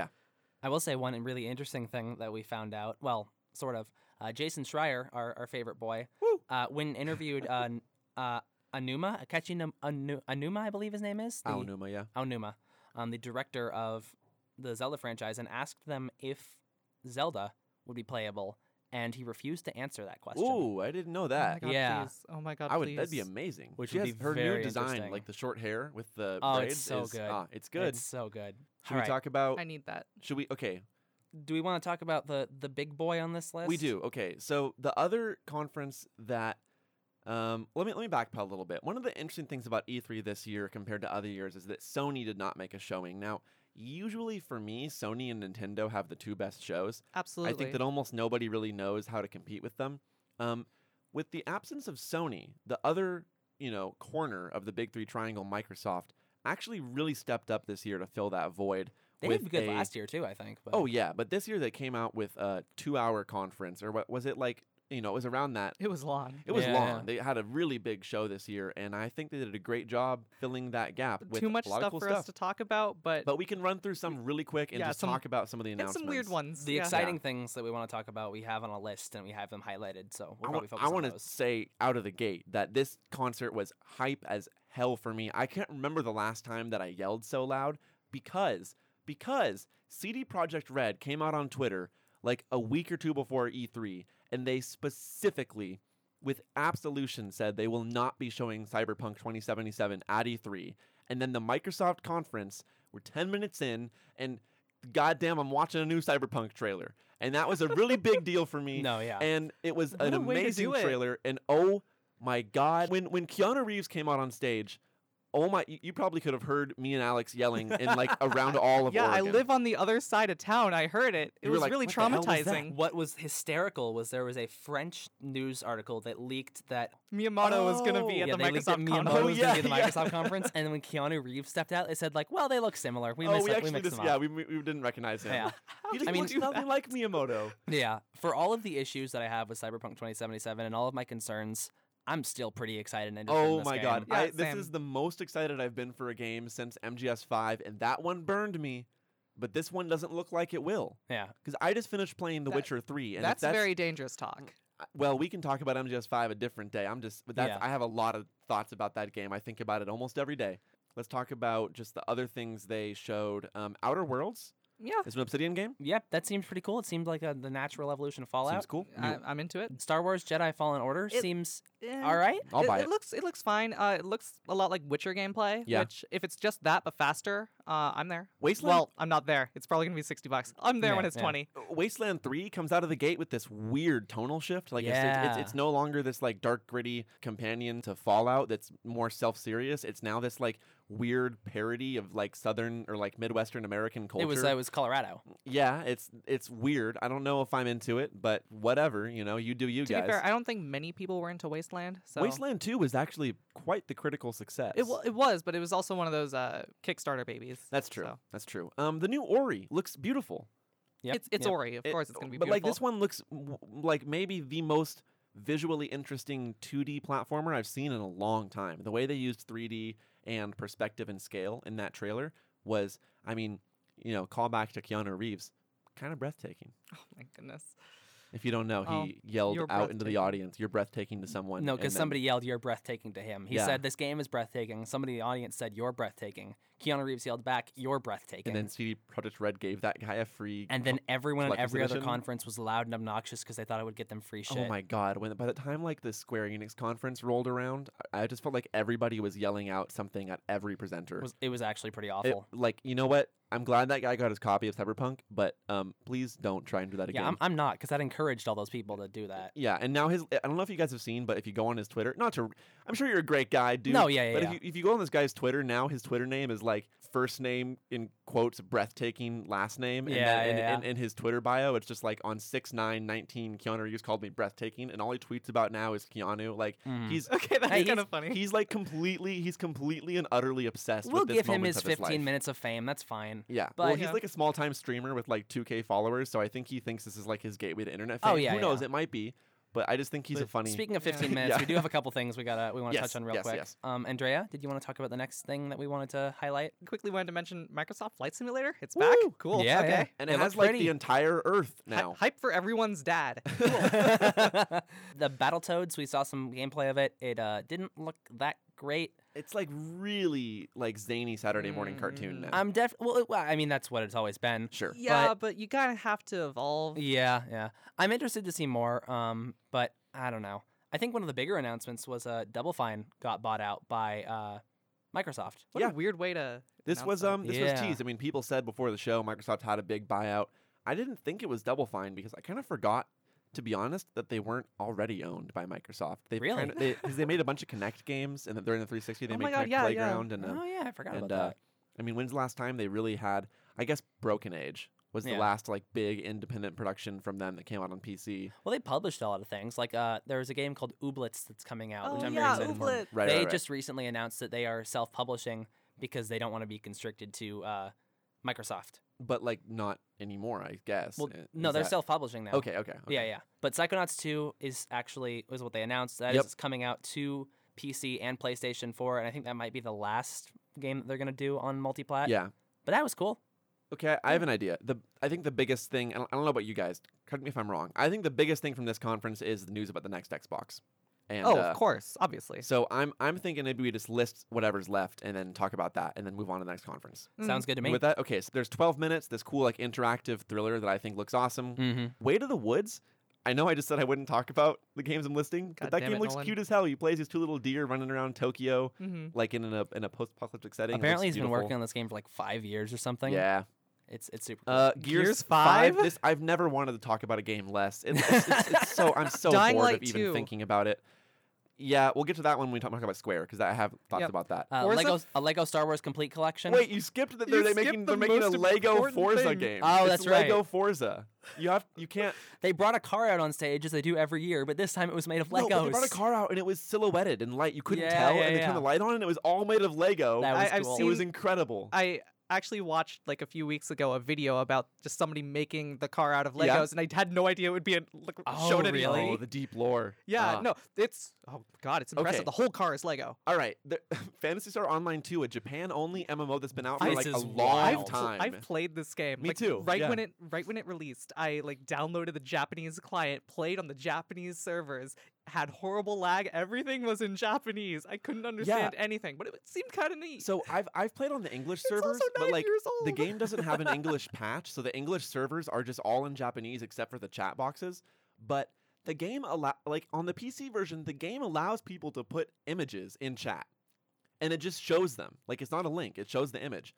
Oh
I will say one really interesting thing that we found out. Well, sort of. Uh, Jason Schreier, our, our favorite boy,
Woo.
Uh, when interviewed on uh, Anuma, Akechi Num- Anu- Anuma, I believe his name is. the-
Aonuma, yeah.
Aonuma, um, the director of the Zelda franchise, and asked them if Zelda would be playable, and he refused to answer that question.
Ooh, I didn't know
Oh my
that.
god,
Yeah.
Please. Oh my god.
I would
Please.
that'd be amazing.
Which
she
would
has
be
her new
very
design,
interesting.
like the short hair with the
Oh,
braids.
it's so
is-
good.
Ah, it's good.
It's so good.
should
All
we
right.
talk about?
I need that.
Should we? Okay,
Do we want to talk about the the big boy on this list?
we do. Okay, so the other conference that. Um, let me let me backpedal a little bit. One of the interesting things about E3 this year compared to other years is that Sony did not make a showing. Now, usually for me, Sony and Nintendo have the two best shows.
Absolutely.
I think that almost nobody really knows how to compete with them. Um, with the absence of Sony, the other you know corner of the big three triangle, Microsoft, actually really stepped up this year to fill that void.
They
with
did good
a-
last year too, I think. But
Oh yeah, but this year they came out with a two-hour conference, or what was it like? You know, it was around that.
it was long.
It was
Yeah,
long.
yeah.
They had a really big show this year, and I think they did a great job filling that gap with
Too much
a lot
stuff
of cool
for
stuff.
us to talk about, but,
but we can run through some really quick and
Yeah,
just
some-
talk about some of the
it's
announcements.
some weird ones.
the
yeah.
exciting things that we want to talk about, we have on a list and we have them highlighted. So we'll
I
probably
want,
focus
I
on
want to
those.
say out of the gate that this concert was hype as hell for me. I can't remember the last time that I yelled so loud because because CD Project Red came out on Twitter like a week or two before E3 and they specifically with absolution said they will not be showing Cyberpunk 2077 at E3. And then the Microsoft conference, we're 10 minutes in and goddamn I'm watching a new Cyberpunk trailer. And that was a really
[laughs]
big deal for me
No, yeah.
and it was
What
an
a way to
amazing
do it.
trailer. And oh my god, when when Keanu Reeves came out on stage, oh my, you, you probably could have heard me and Alex yelling in like around all of
Yeah, I
Oregon.
live on the other side of town. I heard it. It
We were
was
like,
really
"What the hell was that?"
traumatizing.
What was hysterical was there was a French news article that leaked that
Miyamoto was going to be
Oh.
yeah,
at the
they leaked
Microsoft
that Miyamoto
conference.
was going to be at the
yeah, yeah.
Microsoft conference, and then when Keanu Reeves stepped out, they said like, "Well, they look similar. We
oh,
mixed
we
up-
actually
mixed
just
them
yeah,
up."
we, we we didn't recognize him.
Yeah.
He
did
just
you
looks
do
nothing like Miyamoto.
[laughs] yeah." For all of the issues that I have with Cyberpunk 2077 and all of my concerns, I'm still pretty excited. And interested in
Oh
this
my
game.
god, I,
Yeah,
this is
same.
the most excited I've been for a game since MGS5, and that one burned me. but this one doesn't look like it will.
Yeah.
Because I just finished playing The
That-
Witcher Three, and if
that's,
that's
very dangerous talk.
I- well, we can talk about MGS Five a different day. I'm just, but that's
Yeah.
I have a lot of thoughts about that game. I think about it almost every day. Let's talk about just the other things they showed. Um, Outer Worlds
Yeah,
is an Obsidian game.
Yep, that seems pretty cool. It seemed like a, the natural evolution of
Seems
Fallout.
cool. You-
I, I'm into it.
Star Wars Jedi Fallen Order
It-
seems
Eh,
all right.
I'll
it,
buy
it
it.
looks it looks fine. Uh, it looks a lot like Witcher gameplay.
Yeah.
Which, if it's just that but faster, uh, I'm there.
Wasteland.
Well, I'm not there. It's probably gonna be sixty bucks. I'm there when
Yeah,
it's
yeah.
twenty.
Wasteland 3 comes out of the gate with this weird tonal shift. Like it's- it's,
Yeah.
it's, it's no longer this like dark gritty companion to Fallout that's more self-serious. It's now this like weird parody of like southern or like midwestern American culture.
It was uh, it was Colorado.
yeah, it's it's weird. I don't know if I'm into it, but whatever, you know, you do you
To
guys.
be fair, I don't think many people were into Wasteland. So
Wasteland 2 was actually quite the critical success.
It, wa- it was, but it was also one of those uh, Kickstarter babies.
That's true.
so.
That's true. Um the new Ori looks beautiful.
Yep.
It's it's
yep.
Ori, of
It-
course. It's gonna be
But like
beautiful.
this one looks w- like maybe the most visually interesting 2D platformer I've seen in a long time. The way they used 3D and perspective and scale in that trailer was, I mean, you know, callback to Keanu Reeves, kind of breathtaking.
Oh my goodness. [laughs]
If you don't know,
Oh,
he yelled
you're
out into the
breathtaking.
audience, "You're breathtaking" to someone.
No,
and
because
then-
somebody yelled, "You're breathtaking" to him. He
Yeah.
said, "This game is breathtaking." Somebody in the audience said, "You're breathtaking." Keanu Reeves yelled back, "You're
and
breathtaking."
then CD Projekt Red gave that guy a free.
And then everyone at
Collector's
every other
Edition?
conference was loud and obnoxious because they thought it would get them free shit.
Oh my god! When by the time like the Square Enix conference rolled around, I I just felt like everybody was yelling out something at every presenter.
It was, it was actually pretty
it-
awful.
like you know what? I'm glad that guy got his copy of Cyberpunk, but um, please don't try and do that again.
yeah, I'm, I'm not because that encouraged all those people to do that.
Yeah, and now his I don't know if you guys have seen, but if you go on his Twitter, not to I'm sure you're a great guy, dude.
No, yeah, yeah,
But if
yeah.
you if you go on this guy's Twitter now, his Twitter name is like first name in quotes, breathtaking last name. And
Yeah,
then in,
yeah,
in, in his Twitter bio, it's just like on six nine nineteen, Keanu Reeves called me breathtaking, and all he tweets about now is Keanu. Like
Mm.
he's
Okay, that's
Hey,
kind of funny.
he's like completely he's completely and utterly obsessed
we'll
with this
give him
moment
his
of his
15
life.
minutes of fame. That's fine.
Yeah.
But-
well, he's
Yeah.
like a small time streamer with like 2K followers, so I think he thinks this is like his gateway to internet fame.
Oh, yeah,
Who knows?
yeah.
It might be, but I just think he's a
But
funny.
Speaking of
Yeah.
15 minutes, we
[laughs] Yeah.
do have a couple things we gotta we want to
Yes,
touch on real
yes,
quick.
yes.
Um, Andrea, did you want to talk about the next thing that we wanted to
[laughs]
highlight?
Quickly wanted to mention Microsoft Flight Simulator. It's back.
Woo!
Cool.
Yeah,
okay.
yeah.
and
It
it,
looks
has like
pretty.
the entire Earth
Hy-
now.
hype for
[laughs]
everyone's dad.
the Battletoads, we saw some gameplay of it. It uh, didn't look that great.
It's like really like zany Saturday morning cartoon now.
Mm.
I'm def well, it- well, I mean that's what it's always been.
sure.
yeah, but, you kind of have to evolve.
Yeah, yeah. I'm interested to see more. Um, but I don't know. I think one of the bigger announcements was uh, Double Fine got bought out by uh, Microsoft.
What
Yeah.
a weird way to.
This
announce
was
that.
um this was
Yeah.
teased. I mean, people said before the show Microsoft had a big buyout. I didn't think it was Double Fine because I kind of forgot, to be honest, that they weren't already owned by Microsoft. They
Really?
Kinda, they, 'cause they made a bunch of Connect games, and they're in the 360. They
Oh
made
my God,
Kinect
yeah, yeah.
Playground and um,
Oh yeah, I forgot
and
about
uh,
that.
I mean, when's the last time they really had? I guess Broken Age was
Yeah.
the last like big independent production from them that came out on PC.
Well, they published a lot of things. Like uh, there was a game called Ooblets that's coming out, which
Oh
I'm
yeah,
very excited for.
Ooblet.
Right,
they
right, right.
just recently announced that they are self-publishing because they don't want to be constricted to uh, Microsoft.
but like not anymore, I guess.
Well,
I-
no,
uh, is
they're
that-
self-publishing now.
Okay, okay, okay.
Yeah, yeah. But Psychonauts 2 is actually is what they announced. That is
Yep.
it's coming out to PC and PlayStation 4, and I think that might be the last game that they're gonna do on multiplat.
Yeah.
But that was cool.
Okay, I have an idea. The I think the biggest thing, and I don't know about you guys. Correct me if I'm wrong. I think the biggest thing from this conference is the news about the next Xbox. And,
oh,
uh,
of course, obviously.
So I'm I'm thinking maybe we just list whatever's left and then talk about that and then move on to the next conference.
Mm.
Sounds good to me.
With that, okay. So there's 12 minutes. This cool like interactive thriller that I think looks awesome.
mm-hmm.
Way to the Woods. I know I just said I wouldn't talk about the games I'm listing,
God
but that
damn
game
it,
looks
Nolan.
cute as hell. He plays these two little deer running around Tokyo,
[laughs]
Mhm.
like in a in a post-apocalyptic setting. It
Apparently,
looks
he's been working
beautiful.
on this game for like five years or something.
Yeah,
It's it's super. Cool.
uh, Gears,
Gears
Five.
five?
This I've never wanted to talk about a game less. It's, it's, it's, it's so
[laughs]
I'm so
Dying
bored
Light
of even
2.
thinking about it. Yeah, we'll get to that when we talk, talk about Square because I have thoughts
Yep.
about that.
uh,
Forza-
Lego a Lego Star Wars complete collection.
Wait, you skipped that they're,
You
they
skipped
making they're
the
making a
most
Lego
important
Forza
thing.
game.
Oh,
It's
that's right.
Lego Forza. You have you can't
They brought a car out on stage as they do every year, but this time it was made of Legos.
No, but they brought a car out and it was silhouetted and light. You couldn't
Yeah,
tell.
yeah,
and they
yeah.
turned the light on and it was all made of Lego.
That
I-
was
I've
cool.
it was
seen-
incredible.
I actually watched like a few weeks ago a video about just somebody making the car out of Legos,
Yeah.
and I had no idea it would be an, like,
Oh,
shown anyway.
really?
Oh, the deep lore.
Yeah,
Ah.
no, it's oh god, it's impressive.
Okay.
The whole car is Lego.
All right, the, [laughs] Fantasy Star Online 2, a Japan only MMO that's been out for
This
like a
is
long
wild.
pl-
time.
I've played this game.
Me
like,
too,
Right
yeah.
when it right when it released, I like downloaded the Japanese client, played on the Japanese servers, had horrible lag. Everything was in Japanese. I couldn't understand anything, but it seemed kind of neat.
so I've I've played on the English
it's
servers,
also
but
nine
like
years
the
old.
game doesn't have an English patch, so the English servers are just all in Japanese except for the chat boxes. But the game allow like on the PC version, the game allows people to put images in chat, and it just shows them. Like it's not a link; it shows the image.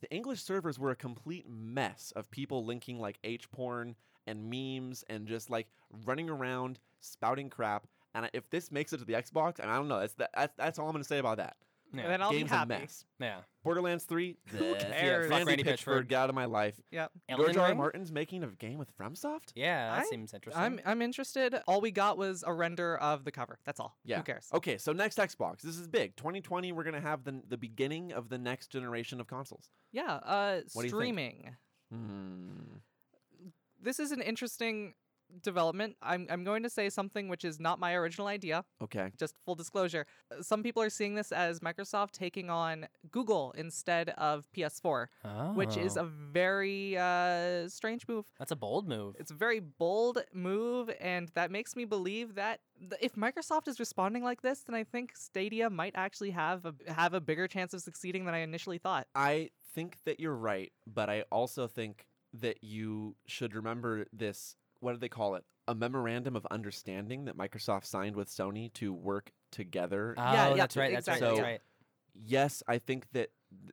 The English servers were a complete mess of people linking like H porn and memes and just like running around spouting crap. And I- if this makes it to the Xbox, and I don't know, that's that's, that's all I'm gonna say about that.
and then
Yeah.
I'll
Game's
be
a
happy.
mess.
yeah.
Borderlands
[laughs]
3.
Who
bleh.
cares?
Fuck
Randy,
Randy
Pitchford,
Pitchford.
get out of my life.
Yep.
Elden
George R. R.
Ring?
Martin's making a game with FromSoft?
Yeah, that
I-
seems interesting.
I'm I'm interested. All we got was a render of the cover. That's all.
Yeah. Oh.
Who cares?
Okay, so next Xbox. This is big. 2020, we're going to have the, the beginning of the next generation of consoles.
Yeah. Uh,
What do you think?
streaming.
Hmm.
This is an interesting development. I'm I'm going to say something which is not my original idea.
Okay.
just full disclosure, uh, some people are seeing this as Microsoft taking on Google instead of PS4, which is
Oh,
a very uh, strange move.
that's a bold move.
It's a very bold move, and that makes me believe that th- if Microsoft is responding like this, then I think Stadia might actually have a, have a bigger chance of succeeding than I initially thought.
I think that you're right, but I also think that you should remember this. What do they call it? A memorandum of understanding that Microsoft signed with Sony to work together
Oh,
yeah,
that's right. That's right.
exactly.
That's right.
yes, I think that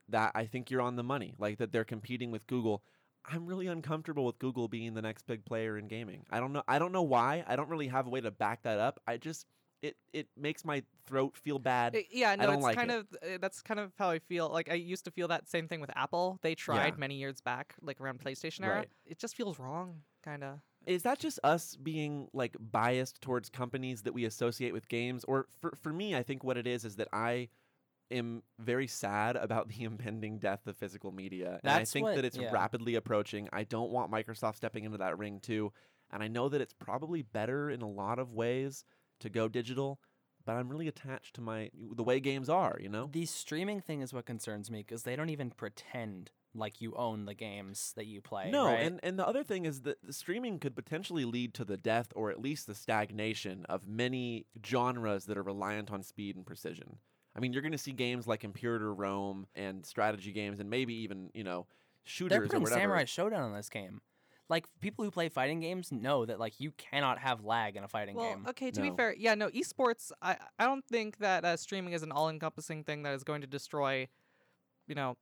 that I think you're on the money. Like that they're competing with Google. I'm really uncomfortable with Google being the next big player in gaming. I don't know. I don't know why. I don't really have a way to back that up. I just it it makes my throat feel bad.
I- Uh, yeah, no,
don't
it's
like
kind
it.
of uh, that's kind of how I feel. Like I used to feel that same thing with Apple. They tried many years back, like around PlayStation era.
Right.
It just feels wrong, kind of.
Is that just us being like biased towards companies that we associate with games? Or for for me, I think what it is is that I am very sad about [laughs] the impending death of physical media. and I
That's
think
what-
that it's
yeah.
rapidly approaching. I don't want Microsoft stepping into that ring too. And I know that it's probably better in a lot of ways to go digital, but I'm really attached to my the way games are, you know?
The streaming thing is what concerns me because they don't even pretend like you own the games that you play.
No,
right?
and, and the other thing is that the streaming could potentially lead to the death or at least the stagnation of many genres that are reliant on speed and precision. I mean, you're going to see games like Imperator Rome and strategy games, and maybe even you know shooters
they're
or
putting
whatever.
Samurai Showdown on this game. Like people who play fighting games know that like you cannot have lag in a fighting
Well,
game.
okay. To
No.
be fair, yeah, no, esports. I I don't think that uh, streaming is an all-encompassing thing that is going to destroy, you know,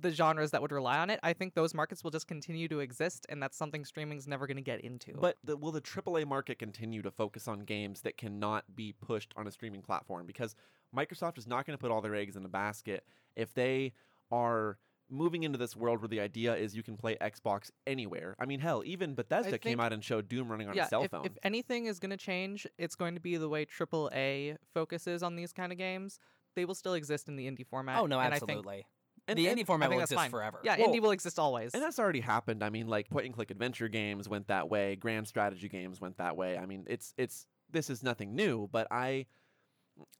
the genres that would rely on it. I think those markets will just continue to exist, and that's something streaming's never going to get into.
But the, will the AAA market continue to focus on games that cannot be pushed on a streaming platform? Because Microsoft is not going to put all their eggs in a basket if they are moving into this world where the idea is you can play Xbox anywhere. I mean, hell, even Bethesda came
think-
out and showed Doom running on
yeah,
a cell
if,
phone.
if anything is going to change, it's going to be the way AAA focuses on these kind of games. They will still exist in the indie format.
oh no,
and I think,
absolutely.
And-
the
and-
indie format
think
will
that's
exist
fine.
forever.
yeah,
Well,
indie will exist always.
and that's already happened. I mean, like point and click adventure games went that way, grand strategy games went that way. I mean, it's it's this is nothing new, but I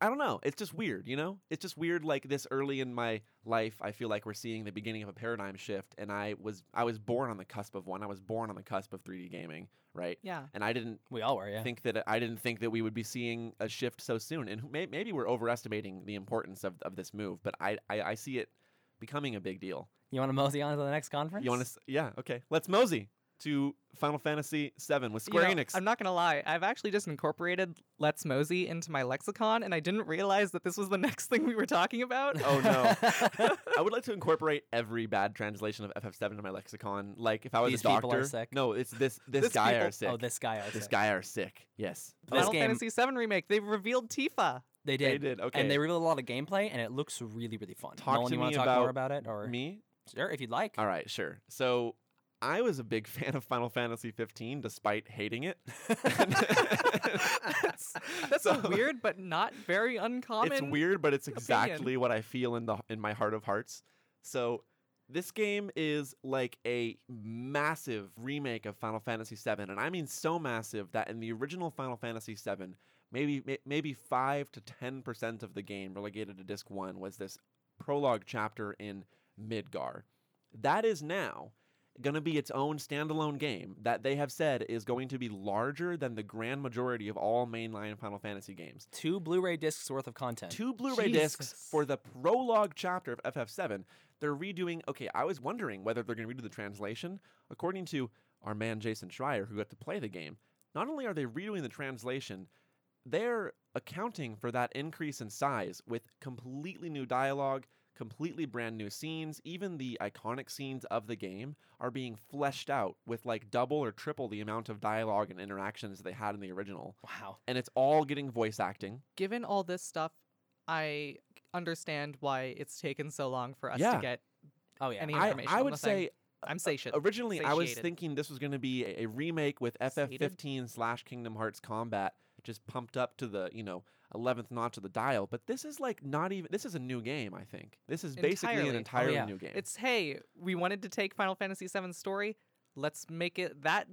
I don't know. It's just weird, you know? It's just weird like this early in my life, I feel like we're seeing the beginning of a paradigm shift and I was I was born on the cusp of one. I was born on the cusp of 3D gaming, right?
yeah.
And I didn't
we all were. Yeah,
think that I didn't think that we would be seeing a shift so soon. And who- may, maybe we're overestimating the importance of, of this move, but I, I, I see it becoming a big deal.
you want to mosey on to the next conference?
You want
[laughs]
to? Yeah. Okay. Let's mosey to Final Fantasy VII with
You
Square
know,
Enix.
I'm not gonna lie. I've actually just incorporated Let's Mosey into my lexicon, and I didn't realize that this was the [laughs] next thing we were talking
[laughs]
about.
Oh, no. I would like to incorporate every bad translation of FF7 into my lexicon. Like if I was
These
a
people
doctor.
are sick.
No, it's this this,
This
guy
people-
are sick.
Oh, this guy. I
This
said.
guy are sick. Yes.
This
Final
game-
Fantasy VII remake. They've
[laughs]
revealed Tifa.
They
They
did.
did. Okay.
And they revealed a lot of gameplay, and it looks really, really fun.
Talk
Nolan,
to
you want
me
to talk more
about
about it, or
me.
sure, if you'd like.
All right. Sure. So I was a big [laughs] fan of Final Fantasy 15, despite hating it. [laughs]
that's that's
So-
a weird, but not very uncommon.
It's weird, but it's exactly what I feel in the in my heart of hearts. So This game is like a massive remake of Final Fantasy VII, and I mean so massive that in the original Final Fantasy VII, maybe may- maybe five to ten percent of the game relegated to disc one was this prologue chapter in Midgar. That is now going to be its own standalone game that they have said is going to be larger than the grand majority of all mainline Final Fantasy games.
Two Blu-ray discs worth of content.
Two Blu-ray discs
Jesus.
for the prologue chapter of FF7. They're redoing. Okay, I was wondering whether they're going to redo the translation. According to our man Jason Schreier, who got to play the game, not only are they redoing the translation, they're accounting for that increase in size with completely new dialogue, completely brand new scenes. Even the iconic scenes of the game are being fleshed out with like double or triple the amount of dialogue and interactions they had in the original.
Wow.
And it's all getting voice acting.
Given all this stuff, I understand why it's taken so long for us
Yeah.
to get.
Oh yeah.
Any-
I,
information
I
on
would
the thing.
say
I'm satiated.
originally I was
satiated.
thinking this was going to be a, a remake with
Sated?
FF15 slash Kingdom Hearts Combat just pumped up to the you know eleventh notch of the dial. But this is like not even. This is a new game. I think this is basically an
Entirely. Oh,
entirely
yeah.
new game.
It's hey, we wanted to take Final Fantasy VII's story. Let's make it that,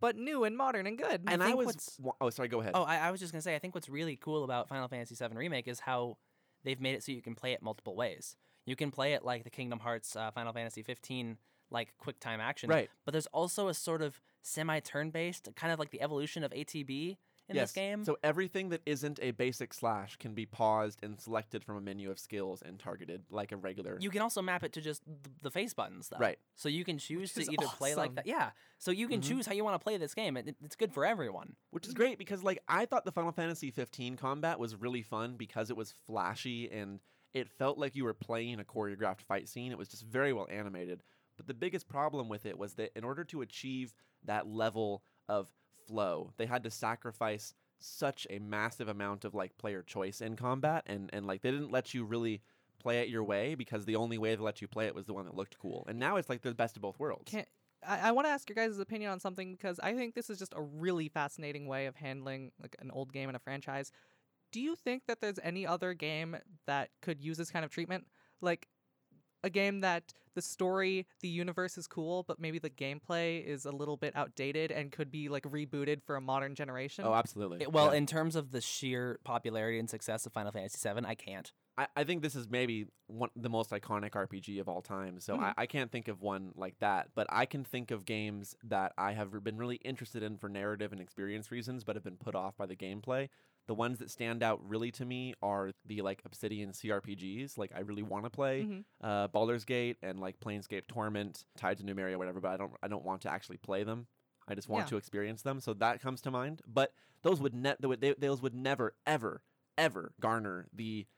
but new and modern and good.
and I,
think
was
what's-
wa- oh sorry go ahead.
Oh, I, I was just gonna say. I think what's really cool about Final Fantasy VII Remake is how they've made it so you can play it multiple ways. You can play it like the Kingdom Hearts uh, Final Fantasy 15 like quick time action.
right.
But there's also a sort of semi turn based, kind of like the evolution of ATB in
yes.
this game.
So everything that isn't a basic slash can be paused and selected from a menu of skills and targeted like a regular.
you can also map it to just th- the face buttons though.
Right.
So you can choose to
is
either play like
awesome.
that. Yeah. So you can
Mhm.
choose how you want to play this game. It, it's good for everyone.
which is great because like I thought the Final Fantasy 15 combat was really fun because it was flashy and it felt like you were playing a choreographed fight scene. It was just very well animated. But the biggest problem with it was that in order to achieve that level of flow, they had to sacrifice such a massive amount of like player choice in combat and and like they didn't let you really play it your way because the only way they let you play it was the one that looked cool. And now it's like the best of both worlds.
Can't- I, I want to ask your guys' opinion on something because I think this is just a really fascinating way of handling like an old game and a franchise. Do you think that there's any other game that could use this kind of treatment? Like a game that the story, the universe is cool, but maybe the gameplay is a little bit outdated and could be like rebooted for a modern generation?
oh, absolutely.
It- well,
Yeah.
in terms of the sheer popularity and success of Final Fantasy VII, I can't.
I, I think this is maybe one the most iconic RPG of all time. So I, I can't think of one like that, but I can think of games that I have re- been really interested in for narrative and experience reasons, but have been put off by the gameplay. The ones that stand out really to me are the like Obsidian CRPGs. Like I really want to play
Mhm.
uh, Baldur's Gate and like Planescape Torment, Tied to Numeria, whatever. But I don't I don't want to actually play them. I just want
Yeah.
to experience them. So that comes to mind. But those would net they, those would never ever ever garner the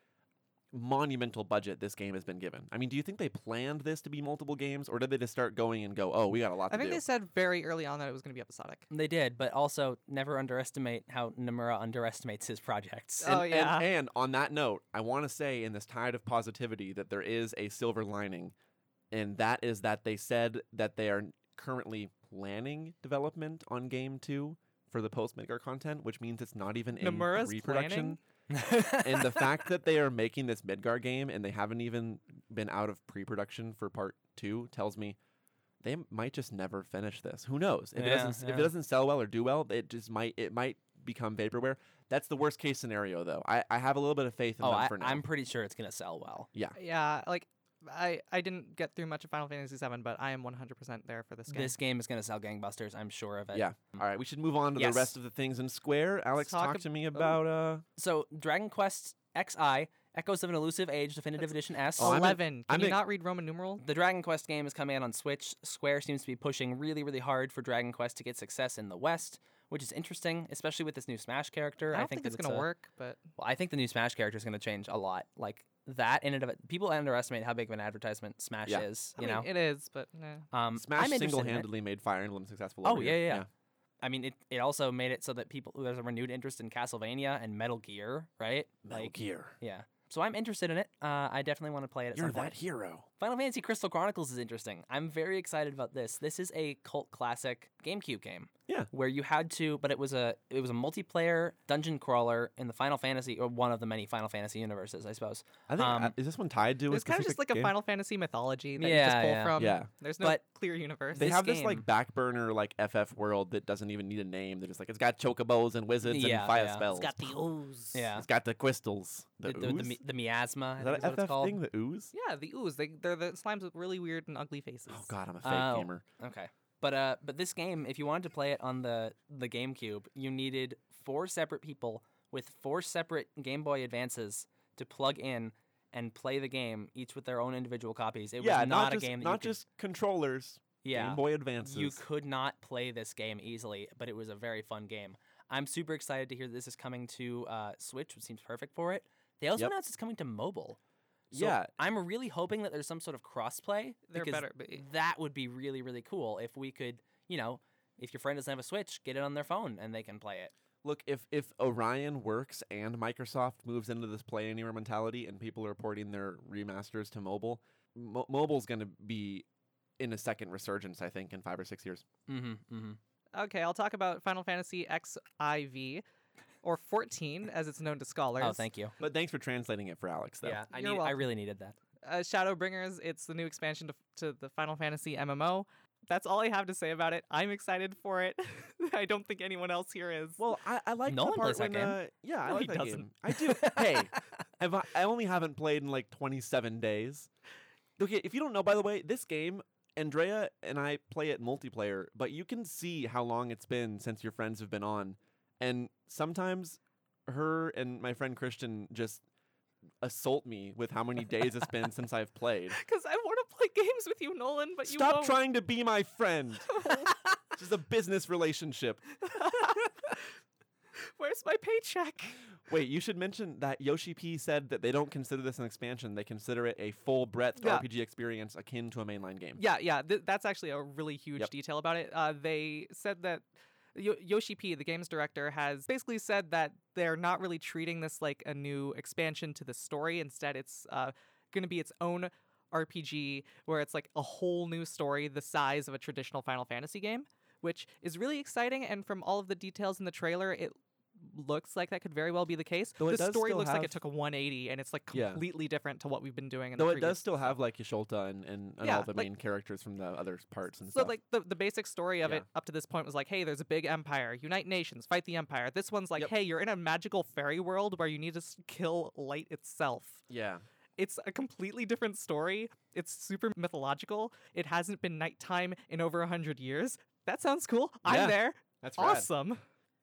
monumental budget this game has been given. I mean, do you think they planned this to be multiple games, or did they just start going and go, "Oh, we got a lot
I
to
think
do"?
they said very early on that it was going to be episodic.
They did, but also never underestimate how Nomura underestimates his projects. [laughs]
Oh,
and,
yeah.
and, and on that note, I want to say in this tide of positivity that there is a silver lining, and that is that they said that they are currently planning development on game two for the post Midgar content, which means it's not even in
Nomura's
pre-production. and the fact that they are making this Midgar game and they haven't even been out of pre-production for part two tells me they m- might just never finish this. Who knows? If it
Yeah,
doesn't if it
yeah.
doesn't sell well or do well, it just might it might become vaporware. That's the worst case scenario though. I, I have a little bit of faith in
oh,
them
I,
for now.
I'm pretty sure it's gonna sell well.
Yeah, like I I didn't get through much of Final Fantasy VII, but I am 100% there for this game.
This game is gonna sell gangbusters. I'm sure of it.
Yeah. All right, we should move on to
Yes.
the rest of the things in Square. Alex,
talk
talk,
ab-
to me about uh
So Dragon Quest XI Echoes of an Elusive Age Definitive Edition S.
Oh, I'm in-
11. Can
I'm
you
in-
not read Roman numeral?
The Dragon Quest game is coming out on Switch. Square seems to be pushing really, really hard for Dragon Quest to get success in the West, which is interesting, especially with this new Smash character.
I don't
think,
think,
that
it's going to
a-
work, but
Well, I think the new Smash character is going to change a lot. Like that in and of it, people underestimate how big of an advertisement Smash
Yeah.
is.
I
You
mean,
know,
it is, but eh.
um,
Smash
I'm interested in it.
single-handedly made Fire Emblem successful.
Oh,
over
yeah,
here.
yeah, yeah. I mean, it, it also made it so that people there's a renewed interest in Castlevania and Metal Gear, right?
Metal
like,
Gear.
yeah. So I'm interested in it. Uh, I definitely want to play it. At
You're
some point.
that hero.
Final Fantasy Crystal Chronicles is interesting. I'm very excited about this. This is a cult classic GameCube game.
Yeah.
Where you had to, but it was a it was a multiplayer dungeon crawler in the Final Fantasy or one of the many Final Fantasy universes, I suppose.
I think
Um,
uh, is this one tied to?
It's
a
kind of just
specific
like a
game?
Final Fantasy mythology that you just
Yeah,
pull
yeah.
from.
Yeah,
There's no
But
clear universe.
they
this
have this
game-
like back burner like FF world that doesn't even need a name. They're just like it's got chocobos and wizards
Yeah,
and fire
yeah. It's
spells.
the ooze.
Yeah.
It's got the crystals. The,
The, the, the,
ooze?
mi- the miasma. I
is
think
that
is what
an
it's
FF
called.
thing? The ooze?
yeah, the ooze. They, they're the slimes with really weird and ugly faces.
Oh god, I'm a fake
Oh.
gamer.
Okay. But uh but this game, if you wanted to play it on the the GameCube, you needed four separate people with four separate Game Boy Advances to plug in and play the game, each with their own individual copies. It
yeah,
was not,
just,
a game that
not
you could,
just controllers.
yeah,
Game Boy Advances.
you could not play this game easily, but it was a very fun game. I'm super excited to hear this is coming to uh, Switch, which seems perfect for it. They also
Yep.
announced it's coming to mobile. So
Yeah.
I'm really hoping that there's some sort of crossplay.
There
because
better be.
That would be really, really cool if we could, you know, if your friend doesn't have a Switch, get it on their phone and they can play it.
Look, if if Orion works and Microsoft moves into this play anywhere mentality and people are porting their remasters to mobile, mo- mobile's going to be in a second resurgence, I think, in five or six years.
Mm-hmm. mm-hmm.
Okay, I'll talk about Final Fantasy XIV, or 14 as it's known to scholars.
Oh, thank you.
But thanks for translating it for Alex, though.
Yeah, I
You're
need, I
welcome.
really needed that.
uh, Shadowbringers. It's the new expansion to, to the Final Fantasy MMO. That's all I have to say about it. I'm excited for it. [laughs] I don't think anyone else here is.
Well, I, I like
Nolan
the part
plays
when,
that game.
uh, yeah, I
No,
like
he
that
doesn't.
game. I do.
[laughs]
hey, if I, I only haven't played in like 27 days. Okay, if you don't know, by the way, this game, Andrea and I play it multiplayer, but you can see how long it's been since your friends have been on, and sometimes her and my friend Christian just assault me with how many days it's been since I've played.
because I want to play games with you, Nolan, [laughs] but you
Stop
won't.
trying to be my
[laughs]
friend. this is a business relationship.
Where's my paycheck?
Wait, you should mention that Yoshi P said that they don't consider this an expansion. They consider it a full breadth
Yeah.
RPG experience akin to a mainline game.
Yeah, yeah. Th- that's actually a really huge
Yep.
detail about it. Uh, they said that Yo- Yoshi P, the game's director, has basically said that they're not really treating this like a new expansion to the story. Instead, it's uh, going to be its own RPG where it's like a whole new story the size of a traditional Final Fantasy game, which is really exciting. And from all of the details in the trailer, it looks like that could very well be the case.
Though it
the
does
story
still
looks like
have-
it took a 180 and it's like
Yeah.
completely different to what we've been doing in
Though
the
it does
previous
still have like Yosholta and, and, and
Yeah,
all the
like-
main characters from the other parts and
so
stuff.
like the, the basic story of
Yeah.
it up to this point was like hey there's a big empire unite nations fight the empire this one's like
Yep.
hey you're in a magical fairy world where you need to s- kill light itself
yeah.
it's a completely different story it's super mythological it hasn't been nighttime in over 100 years that sounds cool
Yeah,
i'm there
That's rad.
awesome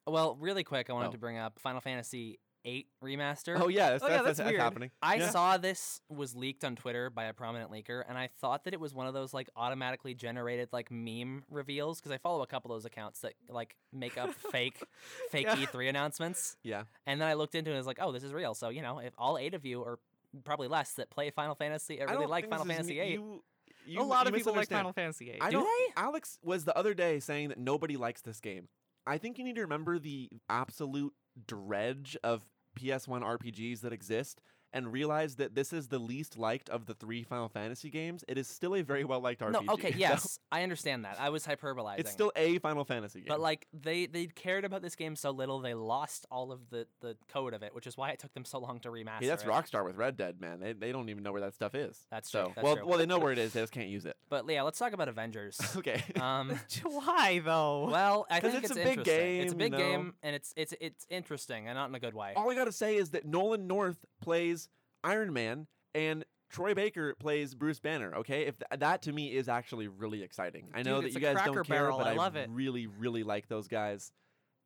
Well, really quick, I wanted
Oh.
to bring up Final Fantasy VIII Remaster.
Oh yeah, that's,
Oh,
that's,
yeah,
that's,
that's
that's
weird.
happening.
I
Yeah.
saw this was leaked on Twitter by a prominent leaker, and I thought that it was one of those like automatically generated like meme reveals because I follow a couple of those accounts that like
[laughs]
make up fake fake
Yeah.
E3 announcements.
Yeah.
And then I looked into it and was like, oh, this is real. So you know, if all eight of you or probably less that play Final Fantasy or
I
really
don't
like
think
Final
this is
Fantasy
me-
VIII,
You, you,
a lot
you
of people like
misunderstand.
final fantasy 8
I
Do
don't-
[laughs]
Alex was the other day saying that nobody likes this game. I think you need to remember the absolute dredge of PS1 RPGs that exist and realize that this is the least liked of the three Final Fantasy games. It is still a very well liked
no,
RPG. [laughs]
okay,
So
yes, I understand that. I was hyperbolizing.
it's still a Final Fantasy game.
But like they they cared about this game so little, they lost all of the the code of it, which is why it took them so long to remaster.
Hey, that's
it.
Rockstar with Red Dead, man. They, they don't even know where that stuff is.
That's true.
so
that's
well
true.
well they know where it is. They just can't use it. [laughs]
But yeah, let's talk about Avengers.
okay. [laughs]
[laughs] Um,
why though
well, I
'Cause
think
it's
it's,
a big
interesting. it's a
game,
big
you know?
game, and it's it's it's interesting, and not in a good way.
All I gotta say is that Nolan North plays Iron Man and Troy Baker plays Bruce Banner. Okay, if th- that to me is actually really exciting. I know
Dude,
that
it's
you
a
guys don't
Cracker
care,
Barrel.
but
I
I,
love it.
really, really like those guys,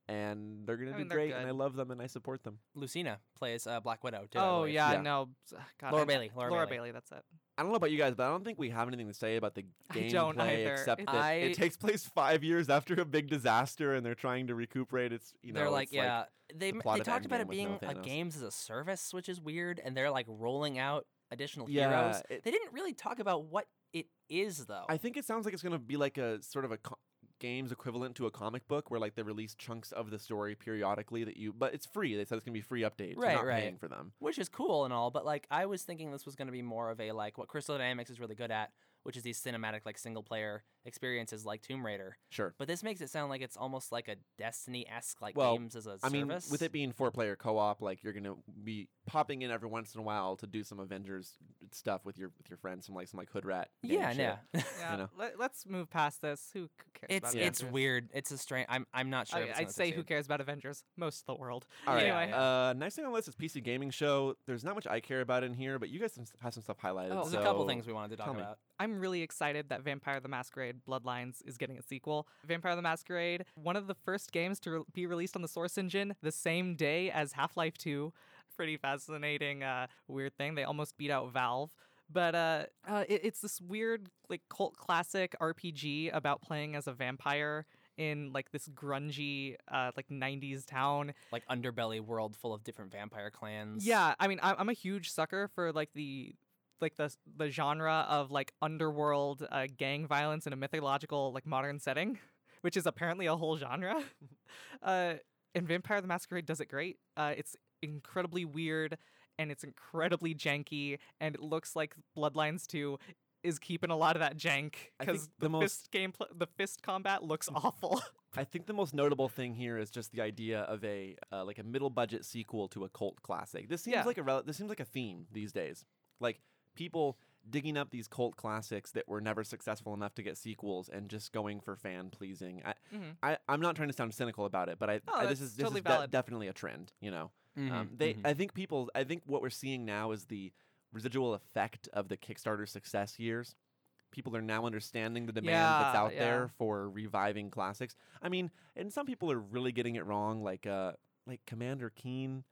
and they're gonna
I
do
mean, they're
great.
good.
And I love them, and I support them.
Lucina plays uh, Black Widow. Too, I
oh
believe.
Yeah.
yeah, no Ugh, God,
Laura
I know-
Bailey, Laura Bailey.
Bailey that's it
I don't know about you guys, but I don't think we have anything to say about the
[laughs] I don't
gameplay
either.
except
It's-
that
I-
it takes place five years after a big disaster, and they're trying to recuperate. It's you know,
they're like,
it's
yeah, they
the
m-
plot
they
of
talked about
Endgame
it
with no
being a
Thanos.
games as a service, which is weird, and they're like rolling out additional
Yeah,
heroes.
it-
they didn't really talk about what it is though.
I think it sounds like it's going to be like a sort of a co- games equivalent to a comic book where like they release chunks of the story periodically that you but it's free. They said it's gonna be free updates. You're
Right,
not
right.
paying for them.
which is cool and all, but like I was thinking this was going to be more of a like what Crystal Dynamics is really good at, which is these cinematic like single player experiences like Tomb Raider.
Sure.
But this makes it sound like it's almost like a Destiny esque like
Well,
games as a
I mean,
service.
with it being four player co op, like you're gonna be popping in every once in a while to do some Avengers stuff with your with your friends, some like some like hood rat. gang
yeah,
shit.
yeah.
Yeah,
know.
Let, let's move past this. Who c- cares
It's
about
Yeah.
it's
Avengers?
weird. It's a strange. I'm I'm not sure.
I,
if it's
I'd
gonna
say who
succeed.
cares about Avengers? Most of the world.
All right.
Anyway.
Uh, next thing on the list is PC gaming show. There's not much I care about in here, but you guys some- have some stuff highlighted.
Oh.
There's a couple
so-
things we wanted to talk
tell me.
about.
I'm really excited that Vampire the Masquerade Bloodlines is getting a sequel. Vampire the Masquerade, one of the first games to re- be released on the Source Engine the same day as Half Life 2. Pretty fascinating, uh, weird thing. They almost beat out Valve. But uh, uh, it, it's this weird, like, cult classic RPG about playing as a vampire in, like, this grungy, uh, like, 90s town.
Like underbelly world full of different vampire clans.
Yeah, I mean, I- I'm a huge sucker for like the like the the genre of like underworld uh, gang violence in a mythological like modern setting, [laughs] which is apparently a whole genre. [laughs] uh, and Vampire the Masquerade does it great. Uh, it's incredibly weird and it's incredibly janky, and it looks like Bloodlines 2 is keeping a lot of that jank
I think
because
the most-
fist gameplay, the fist combat
[laughs]
looks awful.
I think the most notable thing here is just the idea of a uh, like a middle budget sequel to a cult classic. This seems
Yeah.
like a rel- this seems like a theme these days. Like people digging up these cult classics that were never successful enough to get sequels and just going for fan pleasing. I,
Mhm.
I I'm not trying to sound cynical about it, but I,
No,
I- this
that's
is this
totally
is de-
valid.
definitely a trend. You know,
Mm-hmm,
um,
Mhm,
they
mhm.
I think people I think what we're seeing now is the residual effect of the Kickstarter success years. People are now understanding the demand that's
Yeah,
out
yeah.
there for reviving classics. I mean, and some people are really getting it wrong, like uh, like Commander Keen.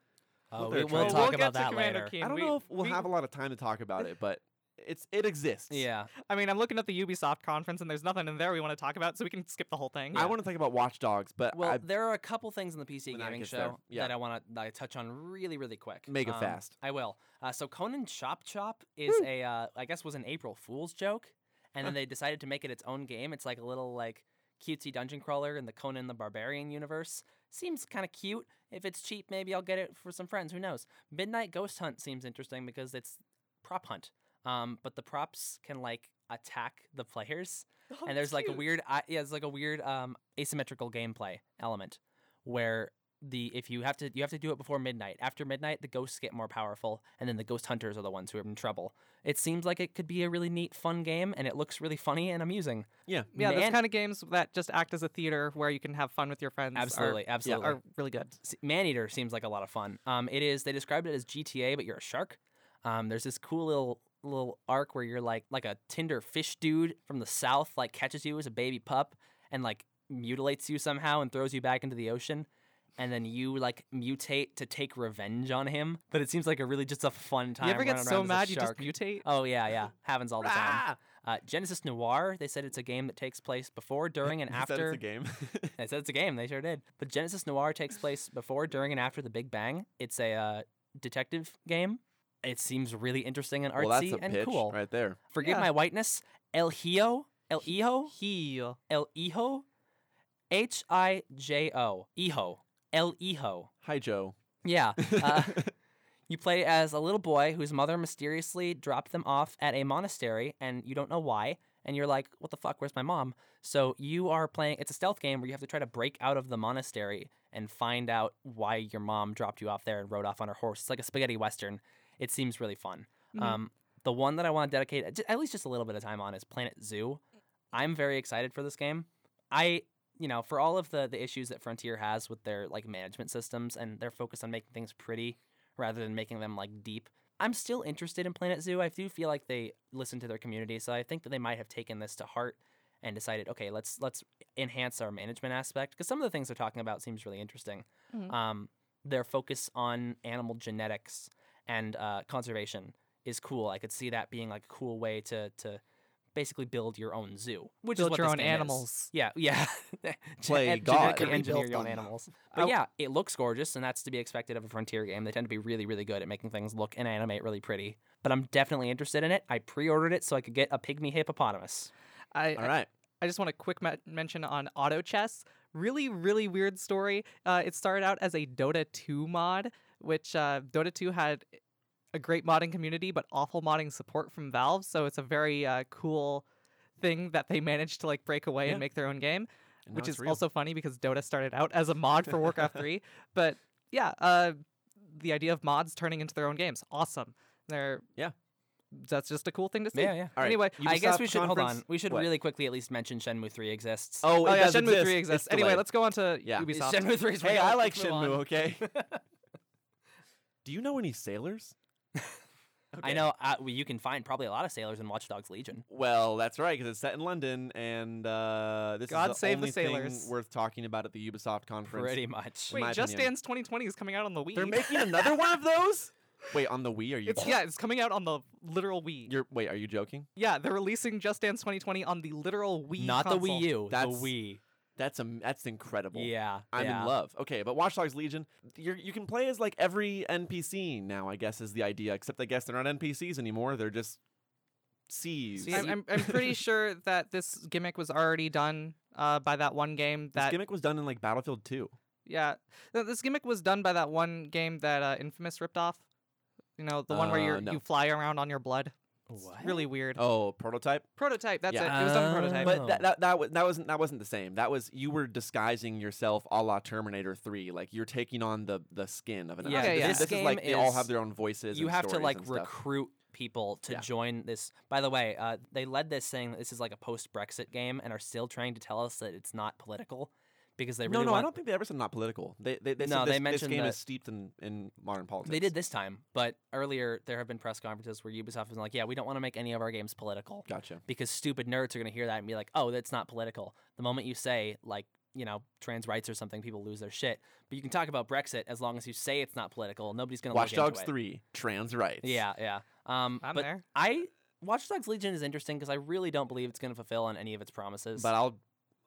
Uh,
what
we,
they're
will
trying to-
talk
We'll
about
get to
that
Commander
later.
Keen.
I
And
don't
we-
know if we'll
we-
have a lot of time to talk about it, but it's it exists.
Yeah.
I mean, I'm looking at the Ubisoft conference and there's nothing in there we want to talk about, so we can skip the whole thing.
I want to talk about Watch Dogs, but
Well,
I
there are a couple things in the PC
When that
gaming
gets there.
show
Yeah.
that I want to I touch on really, really quick.
Make it
Um,
fast.
I will. Uh, so Conan Chop Chop is a, uh, I guess, was an April Fool's joke,
[laughs]
and then they decided to make it its own game. It's like a little like cutesy dungeon crawler in the Conan the Barbarian universe. Seems kind of cute. If it's cheap, maybe I'll get it for some friends. Who knows? Midnight Ghost Hunt seems interesting because it's prop hunt. Um, but the props can like attack the players
Oh,
and there's like a weird I yeah there's like a weird um asymmetrical gameplay element where the if you have to you have to do it before midnight after midnight the ghosts get more powerful and then the ghost hunters are the ones who are in trouble it seems like it could be a really neat fun game and it looks really funny and amusing
yeah,
Yeah, those
Man-
kind of games that just act as a theater where you can have fun with your friends. are-
absolutely
Are,
absolutely
really good.
S- Maneater seems like a lot of fun. Um, it is. They described it as GTA, but you're a shark. Um, there's this cool little little arc where you're like like a Tinder fish dude from the south, like catches you as a baby pup and like mutilates you somehow and throws you back into the ocean, and then you like mutate to take revenge on him. But it seems like a really just a fun time.
You ever get
running
so
around as a
mad you just
shark.
mutate?
Oh yeah, yeah, happens
[laughs]
all the time.
Ah!
Uh, Genesis Noir. They said it's a game that takes place before, during,
[laughs]
and
You said
after
it's a game.
they said it's a game. They sure did. But Genesis Noir takes place before, during, and after The Big Bang. It's a uh, detective game. It seems really interesting and artsy
well, that's a
and
pitch
cool.
right there.
Forgive
Yeah.
my whiteness. El Hijo. El Hijo.
Heal.
El Hijo. H I J O. Hijo. El Hijo.
Hi, Joe.
Yeah. Uh, you play as a little boy whose mother mysteriously dropped them off at a monastery, and you don't know why. And you're like, what the fuck, where's my mom? So you are playing, it's a stealth game where you have to try to break out of the monastery and find out why your mom dropped you off there and rode off on her horse. It's like a spaghetti western. It seems really fun.
Mhm.
Um, the one that I want to dedicate ju- at least just a little bit of time on is Planet Zoo. I'm very excited for this game. I you know, for all of the the issues that Frontier has with their like management systems and their focus on making things pretty rather than making them like deep, I'm still interested in Planet Zoo. I do feel like they listen to their community, so I think that they might have taken this to heart and decided, okay, let's let's enhance our management aspect because some of the things they're talking about seems really interesting.
Mhm.
Um, their focus on animal genetics and uh, conservation is cool. I could see that being like a cool way to to basically build your own zoo, which is
Build
what
your
this
own
game is.
animals.
Yeah, yeah. [laughs] Gen-
Play
en-
God.
genetically engineer
Rebuilt
your own
on them.
animals. But
I-
yeah, it looks gorgeous, and that's to be expected of a Frontier game. They tend to be really, really good at making things look and animate really pretty. But I'm definitely interested in it. I pre-ordered it so I could get a pygmy hippopotamus.
[laughs]
I,
All right.
I just want a quick me- mention on Auto Chess. Really, really weird story. Uh, it started out as a Dota 2 mod, which uh, Dota 2 had a great modding community, but awful modding support from Valve. So it's a very uh, cool thing that they managed to like break away
Yeah.
and make their own game
And now
[laughs] which
it's
is
real.
also funny because Dota started out as a mod for
[laughs]
Warcraft 3. But yeah, uh, the idea of mods turning into their own games, awesome. They're
Yeah.
that's just a cool thing to see.
Yeah, yeah.
All right,
Anyway,
I guess
Ubisoft
we should hold on.
conference-
We should
What?
really quickly at least mention Shenmue 3 exists.
Oh,
oh
it
yeah,
does
Shenmue
exist.
3
It's
exists. Anyway,
delayed.
let's go on to
Yeah. It's
Ubisoft.
Shenmue 3 is
Hey,
real.
I like
Let's move on.
Shenmue.
[laughs]
Okay. Do you know any sailors?
I
Okay.
know uh, well, you can find probably a lot of sailors in Watch Dogs Legion.
Well, that's right because it's set in London, and uh, this
God
is the
save the
only thing
sailors.
worth talking about at the Ubisoft conference.
Pretty much.
my
Wait, Just
opinion.
Dance 2020 is coming out on the
[laughs]
Wii.
They're making another one of those. Wait, on the Wii? Are you?
[laughs] it's yeah, it's coming out on the literal Wii.
You're wait. Are you joking?
yeah, they're releasing Just Dance 2020 on the literal Wii.
Not the
console.
Wii U.
That's-
the Wii.
That's um. That's incredible.
Yeah.
I'm
yeah.
in love. Okay, but Watch Dogs Legion, you're, you can play as like every NPC now. I guess is the idea. Except I guess they're not NPCs anymore. They're just Cs.
See,
I'm,
you-
I'm,
[laughs]
I'm pretty sure that this gimmick was already done uh, by that one game
this
that
gimmick was done in like Battlefield 2.
Yeah, Th- this gimmick was done by that one game that uh, Infamous ripped off. You know, the one where
Uh,
you
no.
you fly around on your blood. It's
What?
Really weird.
Oh, prototype.
Prototype. That's
Yeah.
it. It was done in
Uh,
prototype.
But
Oh.
that, that that was that wasn't that wasn't the same. That was you were disguising yourself a la Terminator Three. Like you're taking on the the skin of an
Yeah,
actor.
Okay, yeah.
This,
this
is like
game
they all
is-
have their own voices.
you
and
have to
stories
like
and stuff.
recruit people to
Yeah.
join this. By the way, uh, they led this saying that this is like a post-Brexit game and are still trying to tell us that it's not political because they
no,
really
no,
want
I don't think they ever said not political. They they, they
No,
said
they
this, this
mentioned
game
that-
is steeped in, in modern politics.
They did this time, but earlier there have been press conferences where Ubisoft was like, "Yeah, we don't want to make any of our games political
Gotcha.
because stupid nerds are going to hear that and be like, "Oh, that's not political." The moment you say like, you know, trans rights or something, people lose their shit. But you can talk about Brexit as long as you say it's not political. Nobody's going to
Watch Dogs
into it.
Three, trans rights.
Yeah, yeah. Um,
I'm
but
there.
I Watch Dogs Legion is interesting because I really don't believe it's going to fulfill on any of its promises.
but I'll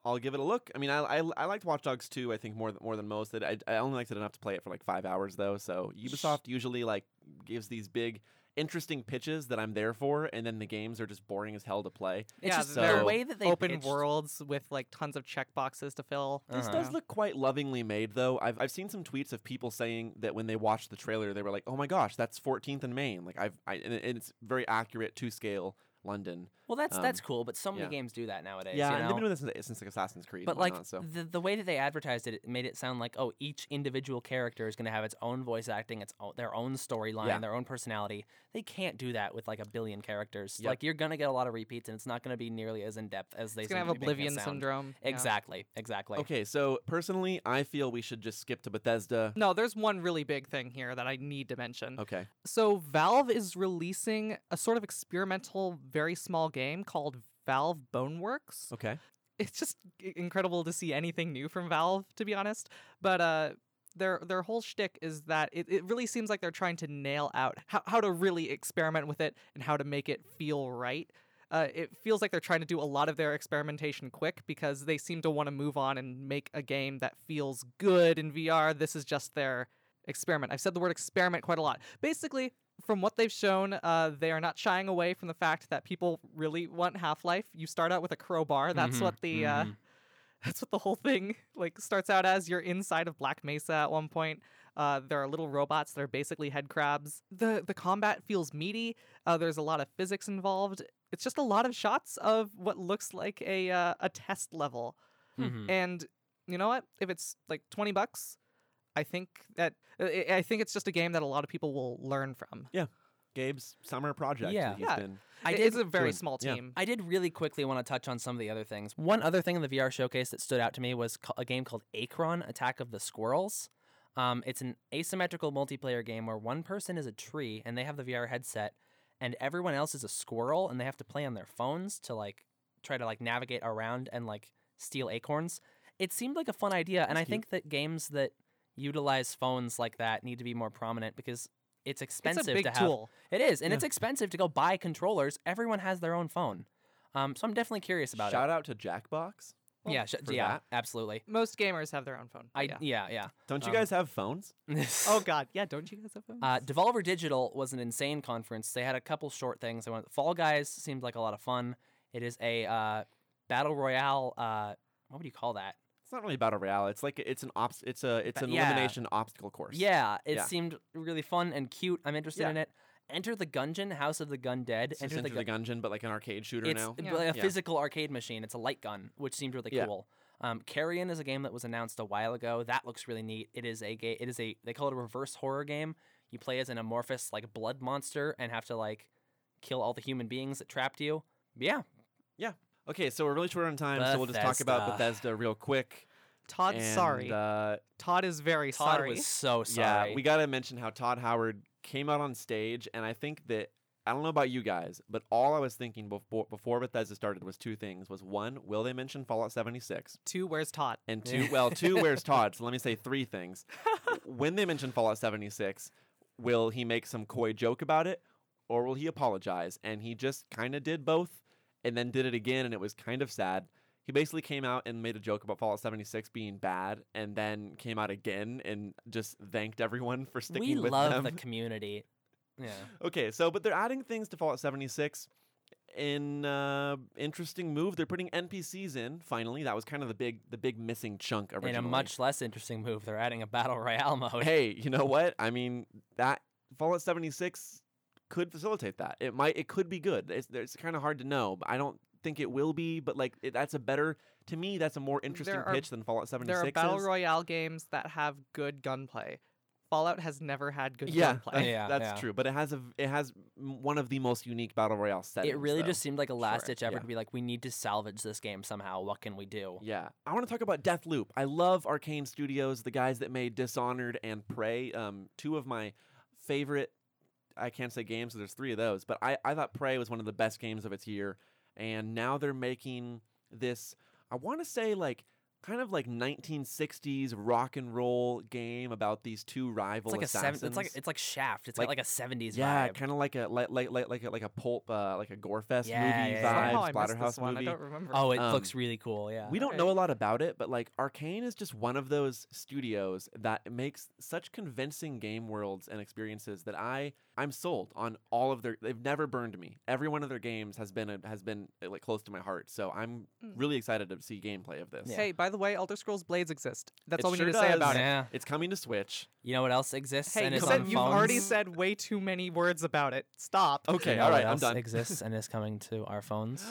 I'll give it a look. I mean, I I, I liked Watch Dogs 2, I think more than more than most. That I I only liked it enough to play it for like five hours though. So Ubisoft usually like gives these big interesting pitches that I'm there for, and then the games are just boring as hell to play.
it's
Yeah,
just
so-
the way that they
Open
pitched-
worlds with like tons of checkboxes to fill.
This
Uh-huh.
does look quite lovingly made though. I've I've seen some tweets of people saying that when they watched the trailer, they were like, "Oh my gosh, that's 14th and Main." Like I've I, and, it- and it's very accurate to scale London.
Well, that's that's
um,
cool, but so many
yeah.
games do that nowadays.
yeah,
you
and
know?
they've been doing this since, since like Assassin's Creed.
But
and
like
whatnot, so.
the the way that they advertised it, it made it sound like oh, each individual character is going to have its own voice acting, its own, their own storyline,
Yeah.
their own personality. They can't do that with like a billion characters.
Yep.
Like you're going to get a lot of repeats, and it's not going to be nearly as in depth as they.
It's gonna
seem
have
to be making it
Oblivion
sound.
syndrome. Yeah.
Exactly, exactly.
Okay, so personally, I feel we should just skip to Bethesda.
No, there's one really big thing here that I need to mention.
Okay.
So Valve is releasing a sort of experimental, very small game called Valve Boneworks.
Okay.
it's just i- incredible to see anything new from Valve, to be honest. But uh, their their whole shtick is that it, it really seems like they're trying to nail out how, how to really experiment with it and how to make it feel right. Uh, it feels like they're trying to do a lot of their experimentation quick because they seem to want to move on and make a game that feels good in VR. This is just their experiment. I've said the word experiment quite a lot. Basically, from what they've shown, uh, they are not shying away from the fact that people really want Half Life. You start out with a crowbar. That's
Mhm,
what the uh,
mhm.
[laughs] that's what the whole thing like starts out as. You're inside of Black Mesa at one point. Uh, there are little robots that are basically head crabs. the The combat feels meaty. Uh, there's a lot of physics involved. It's just a lot of shots of what looks like a uh, a test level.
Mhm.
And you know what? If it's like twenty bucks, I think that uh, I I think it's just a game that a lot of people will learn from.
Gabe's summer project.
Yeah.
that he's
Yeah.
been-
I
I
did
it's a very
doing-
small
yeah.
team.
Um, I did really quickly want to touch on some of the other things. One other thing in the VR showcase that stood out to me was ca- a game called Akron Attack of the Squirrels. Um, it's an asymmetrical multiplayer game where one person is a tree and they have the VR headset, and everyone else is a squirrel and they have to play on their phones to like try to like navigate around and like steal acorns. It seemed like a fun idea, and
That's
I
cute.
think that games that utilize phones like that need to be more prominent because it's expensive
It's a big
to have
tool.
it is, and
Yeah.
it's expensive to go buy controllers. Everyone has their own phone, um, so I'm definitely curious about
Shout
it.
out to Jackbox.
yeah, sh-
for
yeah,
that.
absolutely.
Most gamers have their own phone.
I
yeah.
yeah yeah.
Don't you
Um,
guys have phones?
[laughs]
Oh God, yeah. Don't you guys have phones?
Uh, Devolver Digital was an insane conference. They had a couple short things. I went Fall Guys seemed like a lot of fun. It is a uh, battle royale. Uh, what would you call that?
It's not really battle royale. It's like it's an obs. It's a it's
Ba-
an
yeah.
elimination obstacle course.
Yeah, it
Yeah.
seemed really fun and cute. I'm interested
Yeah.
in it. Enter the Gungeon, House of the Gun Dead.
It's just Enter the Gungeon, but like an arcade shooter
It's
now.
b-
Yeah.
like a
Yeah.
physical arcade machine. It's a light gun, which seemed really
Yeah.
cool. Um, Carrion is a game that was announced a while ago. That looks really neat. It is a game. It is a they call it a reverse horror game. You play as an amorphous like blood monster and have to like kill all the human beings that trapped you. Yeah,
Okay, so we're really short on time, so we'll just talk about
Bethesda.
Bethesda real quick.
Todd,
And,
sorry.
Uh,
Todd is very
Todd
sorry.
was so sorry.
yeah, we got to mention how Todd Howard came out on stage, and I think that I don't know about you guys, but all I was thinking before before Bethesda started was two things: was one, will they mention Fallout 76?
Two, where's Todd?
And
Yeah.
two, well, two,
[laughs]
where's Todd? So let me say three things. when they mention Fallout 76, will he make some coy joke about it or will he apologize? And he just kind of did both and then did it again, and it was kind of sad. He basically came out and made a joke about Fallout 76 being bad and then came out again and just thanked everyone for sticking
we
with
love
them.
the community. Yeah,
[laughs] Okay, so but they're adding things to Fallout 76 in uh interesting move. They're putting NPCs in finally. That was kind of the big the big missing chunk originally.
in a much less interesting move, they're adding a battle royale
[laughs]
mode.
Hey, you know what? I mean, that Fallout 76 could facilitate that. It might it could be good. It's it's kind of hard to know, but I don't think it will be, but like it, that's a better to me that's a more interesting
are-
pitch than Fallout 76.
There are battle royale games that have good gunplay. Fallout has never had good
yeah, [laughs]
gunplay.
that's,
Oh, Yeah,
that's
yeah.
true. But it has a v- it has m- one of the most unique battle royale settings.
It really
though.
just seemed like a last ditch effort
yeah.
to be like, we need to salvage this game somehow. What can we do?
Yeah. I want to talk about Deathloop. I love Arcane Studios, the guys that made Dishonored and Prey. Um, two of my favorite, I can't say games, so there's three of those, but I, I thought Prey was one of the best games of its year. And now they're making this, I want to say, like, kind of like 1960s rock and roll game about these two rival
It's like a seven,
assassins.
it's like it's like Shaft. It's got
Like-
like a seventies
yeah,
vibe.
kind of like a like like like like a, like a pulp uh, like a gore fest
Yeah,
movie
yeah, yeah.
vibe,
[laughs] Somehow I missed
splatterhouse
this one.
movie.
I don't remember.
Oh, it
Um,
looks really cool. Yeah.
We don't
Okay.
know a lot about it, but like Arcane is just one of those studios that makes such convincing game worlds and experiences that I I'm sold on all of their they've never burned me. Every one of their games has been a, has been uh, like close to my heart. So I'm
Mm.
really excited to see gameplay of this.
Hey, by the way, Elder Scrolls Blades exist. That's
It
all we
sure
need to say
does.
about it.
yeah.
It's coming to Switch. [gasps]
You know what else exists
Hey,
and
you
is
said
on
you've already
phones?
said way too many words about it. Stop.
You
Okay,
know
all
what
right, I'm
else
done.
exists and is coming to our phones.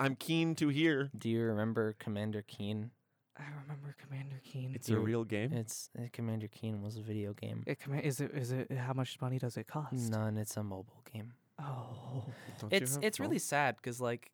I'm keen to hear.
Do you remember Commander Keen?
I remember Commander Keen.
It's a
Dude,
real game.
It's uh, Commander Keen was a video game.
It comma- is it is it how much money does it cost?
None. It's a mobile game.
Oh.
Don't you
it's
have-
it's
oh.
really sad because like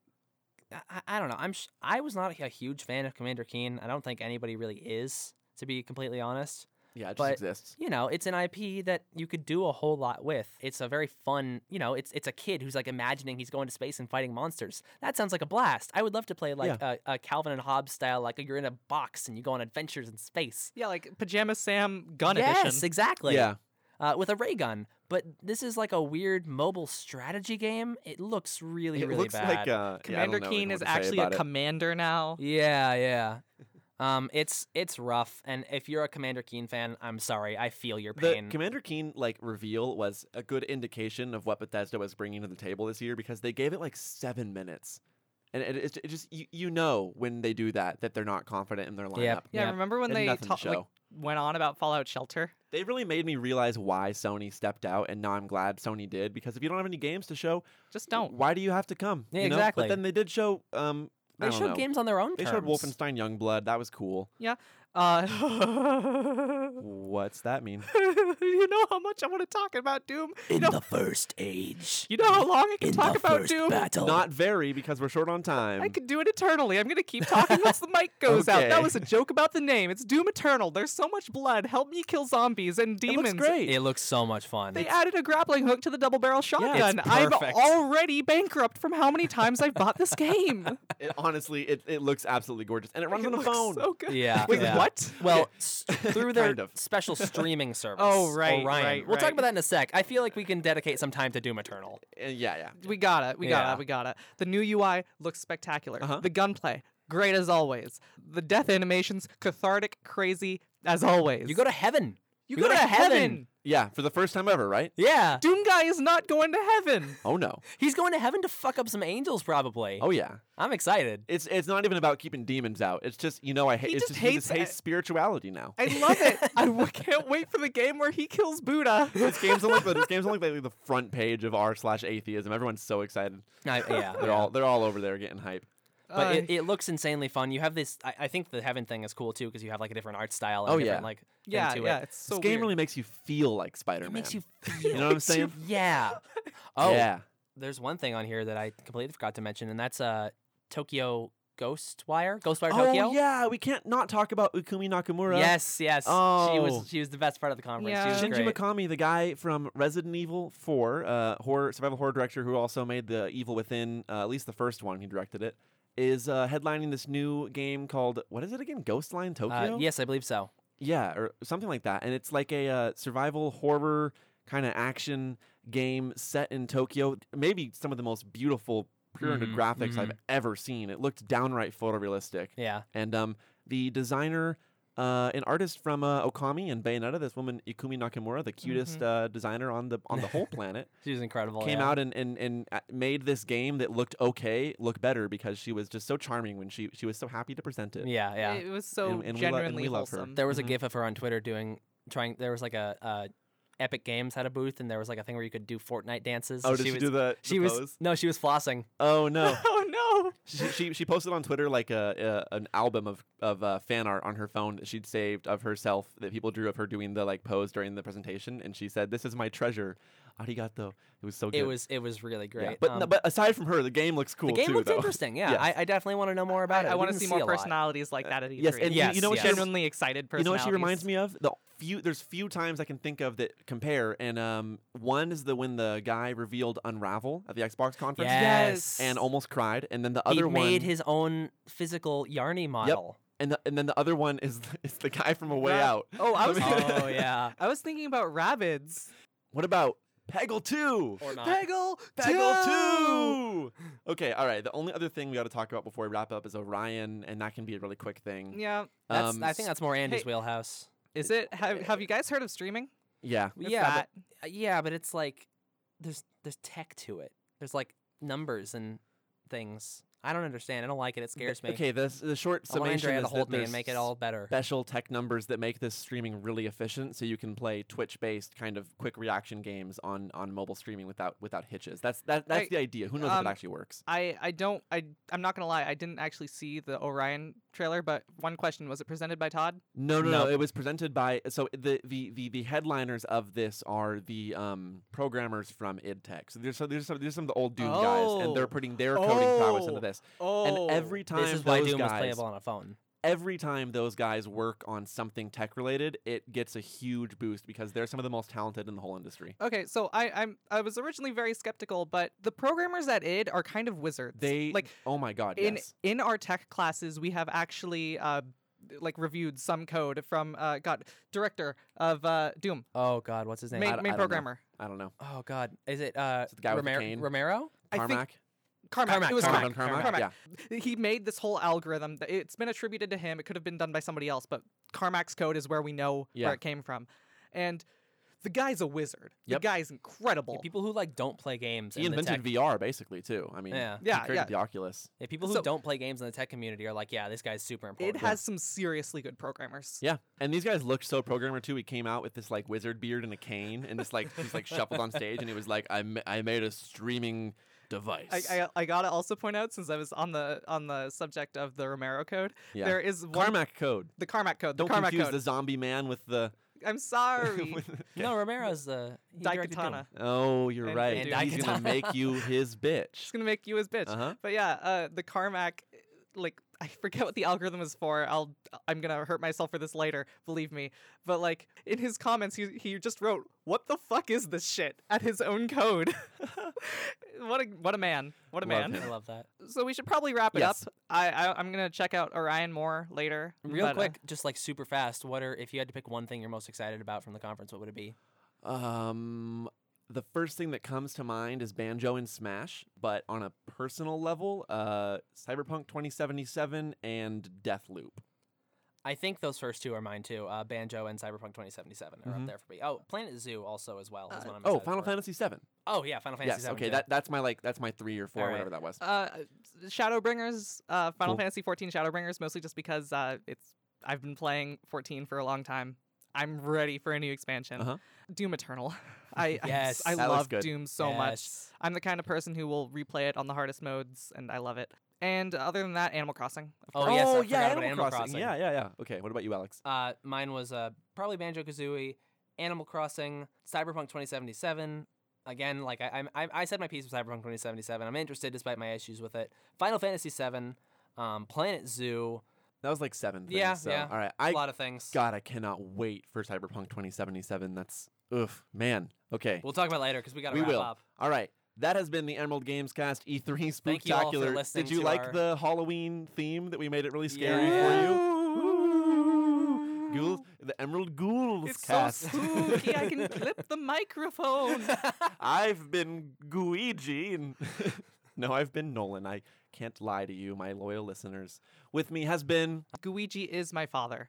I- I, I don't know I'm sh- I was not a huge fan of Commander Keen I don't think anybody really is to be completely honest
yeah, it just
but-
exists.
you know it's an IP that you could do a whole lot with it's a very fun you know it's it's a kid who's like imagining he's going to space and fighting monsters that sounds like a blast I would love to play like a, a Calvin and Hobbes style like you're in a box and you go on adventures in space
Yeah, like Pajama Sam Gun
yes
Edition.
exactly
yeah,
uh, with a ray gun but this is like a weird mobile strategy game it looks really
it
really
looks
bad
like uh,
Commander
yeah,
Keen is actually a commander now.
[laughs]
Yeah, yeah. Um, it's it's rough, and if you're a Commander Keen fan, I'm sorry, I feel your
The
pain.
Commander Keen like reveal was a good indication of what Bethesda was bringing to the table this year because they gave it like seven minutes, and it, it, it just you, you know when they do that that they're not confident in their lineup.
Yep.
Yeah, remember when
And
they
nothing to
ta- like,
show.
went on about Fallout Shelter?
They really made me realize why Sony stepped out, and now I'm glad Sony did because if you don't have any games to show,
Just don't.
Why do you have to come?
Yeah,
you know?
exactly.
But then they did show. Um, I
they
don't
showed
know.
games on their own.
They
terms.
showed Wolfenstein Youngblood. That was cool.
Uh, [laughs]
What's that
[laughs]
mean?
you know how much I want to talk about Doom. You know,
first age.
you know how long I can talk about Doom.
battle.
Not very because we're short on time.
I could do it eternally. I'm gonna keep talking
[laughs]
once the mic goes out.
Okay.
That was a joke about the name. It's Doom Eternal. There's so much blood. Help me kill zombies and
it
demons.
looks great.
it looks so much fun.
They added a grappling hook to the double barrel shotgun. I'm
perfect.
already bankrupt from how many times I've bought this game.
It- honestly, it, it looks absolutely gorgeous, and it [laughs] runs
It
on a
looks
phone.
So good.
Yeah,
Wait,
yeah.
what?
Well, s- through their
Kind of.
special streaming service.
Oh, right,
Orion.
right,
We'll talk
right.
about that in a sec. I feel like we can dedicate some time to Doom Eternal.
Uh, yeah, yeah.
We got it. We got
Yeah.
it. We got it. The new UI looks spectacular.
Uh-huh.
The gunplay, great as always. The death animations, cathartic, crazy as always.
You go to heaven.
you
you
go,
go to heaven.
Yeah, for the first time ever, right?
Yeah.
Doom got guy is not going to heaven.
Oh no.
He's going to heaven to fuck up some angels, probably.
Oh yeah.
I'm excited.
It's it's not even about keeping demons out. It's just you know I hate.
He
It's
just
just, he just
hates-
hates spirituality now.
I love it. I w- can't wait for the game where he kills Buddha.
[laughs] this game's on like the, this game's on like the, the front page of r slash atheism. Everyone's so excited.
I, yeah,
They're
yeah.
all they're all over there getting hype.
But
Uh,
it, it looks insanely fun. You have this. I, I think the heaven thing is cool too because you have like a different art style. And
Oh,
a different,
yeah.
like thing
yeah,
to
yeah,
It.
it's so
this game
weird.
really makes you feel like Spider
It
Man.
makes you feel.
You know what I'm
makes you-
saying?
Yeah. Oh,
yeah.
there's one thing on here that I completely forgot to mention, and that's uh Tokyo Ghostwire, Ghostwire
Oh
Tokyo.
yeah, we can't not talk about Ukumi Nakamura.
Yes, yes. She
Oh.
was she was the best part of the conference.
Yeah.
She was
Shinji
great.
Mikami, the guy from Resident Evil 4, uh, horror survival horror director who also made the Evil Within, uh, at least the first one, he directed it, is uh, headlining this new game called what is it again? Ghostline Tokyo.
Uh, yes, I believe so.
yeah, or something like that. And it's like a uh, survival horror kind of action game set in Tokyo. Maybe some of the most beautiful pyramid
Mhm,
graphics I've ever seen. It looked downright photorealistic.
Yeah.
And um, the designer, uh, an artist from uh, Okami and Bayonetta, this woman Ikumi Nakamura, the cutest uh, designer on the on the
[laughs]
whole planet,
She was incredible.
came
Mm-hmm. yeah.
out and, and and uh, made this game that looked okay, look better because she was just so charming when she she was so happy to present it.
Yeah, yeah.
It was so
and we lo- and
genuinely
we love her.
wholesome.
There was
Mhm.
a gif of her on Twitter doing trying there was like a uh Epic Games had a booth and there was like a thing where you could do Fortnite dances.
Oh,
so
did she,
was,
do the, the
she was
pose?
no, she was flossing.
Oh no.
[laughs] oh no!
she, she she posted on Twitter like a, a an album of of uh, fan art on her phone that she'd saved of herself that people drew of her doing the like pose during the presentation, and she said, "This is my treasure." Arigato. It was so good.
It was it was really
Yeah.
great.
But
Um,
no, but aside from her, the game looks cool
the game
too.
looked
though.
interesting. Yeah,
Yes.
I, I definitely want to know more about it.
I,
We
want to
didn't
see more
a lot.
personalities like that at E3.
yes, and you-
you
Yes,
know what she-
genuinely excited
[laughs] you know what
personalities.
she reminds me of? The few there's few times I can think of that compare, and um, one is the when the guy revealed Unravel at the Xbox conference
Yes.
and almost cried, and then the
he
other
made
one
his own physical Yarny model.
and the, and then the other one is is the [laughs] guy from A Way
Ra-
Out.
Oh, I
Let
was
me-
oh [laughs] yeah.
I was thinking about Rabbids.
What about Peggle 2?
Or not.
Peggle,
Peggle 2! Okay, all right. The only other thing we got to talk about before we wrap up is Orion, and that can be a really quick thing.
Yeah,
That's,
Um,
I think that's more Andy's
hey-
wheelhouse.
is it? Have, have you guys heard of streaming?
yeah.
It's
yeah,
that.
but, uh, yeah, but it's like there's there's tech to it. There's like numbers and things. I don't understand. I don't like it. It scares me.
Okay, this, the short
I want
summation
Andrea
is
to
that
hold me
there's
and make it all better.
special tech numbers that make this streaming really efficient, so you can play Twitch-based kind of quick reaction games on, on mobile streaming without without hitches. That's that, that's
Right.
the idea. Who knows
Um,
if it actually works?
I, I don't I I'm not gonna lie I didn't actually see the Orion trailer but one question was it presented by Todd
No, no, no,
No.
It was presented by so the the the, the headliners of this are the um, programmers from id Tech. So there's some, there's some there's some of the old Doom guys, and they're
Oh.
putting their coding prowess into
Oh.
this.
oh
and every time
this is why
those
Doom was
guys,
playable on a phone.
every time those guys work on something tech related, it gets a huge boost because they're some of the most talented in the whole industry.
okay so I I'm I was originally very skeptical but the programmers at id are kind of wizards
They
like
oh my god,
in
yes.
in our tech classes we have actually uh like reviewed some code from uh God director of uh Doom
Oh God, what's his name?
I
main,
d-
main
I don't know.
programmer
I don't know.
oh God, is it uh
Is it the guy with the
Romero?
cane?
Romero?
I think-
Carmack.
Carmack.
Carmack,
It was
Carmack,
Carmack.
Carmack,
Carmack. He made this whole algorithm. that- It's been attributed to him. It could have been done by somebody else, but Carmack's code is where we know
Yeah.
where it came from. And the guy's a wizard.
Yep.
The guy's incredible.
Yeah, people who like don't play games.
He
in the
invented
tech-
VR basically too. I mean,
Yeah.
he
Yeah,
created
yeah.
the Oculus.
Yeah, people who
So-
don't play games in the tech community are like, yeah, this guy's super important.
it has some seriously good programmers.
Yeah, and these guys looked so programmer too. He came out with this like wizard beard and a cane, and just like just like shuffled on stage, and he was like, "I ma- I made a streaming device."
I, I, I gotta also point out since I was on the on the subject of the Romero code,
yeah.
there is one
Carmack code.
the Carmack code.
Don't
the Carmack
confuse
code.
the zombie man with the.
I'm sorry.
[laughs] with the-
No, Romero's the he directed Doom.
Daikatana.
Oh, you're
And-
right.
and
He's gonna
Daikatana.
make you his
She's
bitch.
gonna make you his bitch.
Uh huh.
But yeah, uh, the Carmack, like I forget what the algorithm is for. I'll I'm gonna hurt myself for this later, believe me. But like in his comments, he he just wrote, "What the fuck is this shit?" at his own code. [laughs] what a what a man, what a
Love
man.
him.
I
[laughs]
love that.
So we should probably wrap it
Yes.
up. I, I I'm gonna check out Orion more later.
Real
but, uh,
quick, just like super fast, what are if you had to pick one thing you're most excited about from the conference, what would it be?
Um, the first thing that comes to mind is Banjo and Smash, but on a personal level, uh, Cyberpunk 2077 and Deathloop.
I think those first two are mine too. Uh, Banjo and Cyberpunk 2077 are
Mhm.
up there for me. Oh, Planet Zoo also as well. Is
Uh,
one I'm
Oh,
excited
Final
for.
Fantasy VII.
Oh yeah, Final Fantasy
yes.
7.
Okay. That that's my like that's my three or four
All right.
whatever that was.
Uh, Shadowbringers, uh, Final
Cool.
Fantasy 14 Shadowbringers, mostly just because uh, it's I've been playing 14 for a long time. I'm ready for a new expansion.
Uh-huh.
Doom Eternal. [laughs] I I
Yes.
s- I,
That looks
love
good.
Doom so much.
Yes.
I'm the kind of person who will replay it on the hardest modes, and I love it. And other than that, Animal Crossing. of
Oh,
course.
yes, I
oh
forgot
yeah,
about
Animal,
Animal
Crossing.
Crossing.
Yeah, yeah, yeah. Okay. What about you, Alex?
Uh, mine was uh, probably Banjo Kazooie, Animal Crossing, Cyberpunk 2077. Again, like I, I, I said my piece with Cyberpunk 2077. I'm interested despite my issues with it. Final Fantasy 7, um, Planet Zoo,
That was like seven. Things,
Yeah,
so,
yeah.
All right.
a
I
lot of things.
God, I cannot wait for Cyberpunk 2077. That's oof, man. Okay.
We'll talk about it later because we got to
We
wrap
will.
up.
All right. That has been the Emerald Games Cast E3
Thank you all for
Spooktacular.
listening
Did you
to
like
our-
the Halloween theme that we made it really scary for you?
you.
Ghouls, the Emerald Ghouls
It's
Cast.
so spooky. I can clip the microphone.
[laughs]
[laughs]
I've been Guigi. and- [laughs] no, I've been Nolan. I can't lie to you, my loyal listeners. With me has been
Guigi is my father.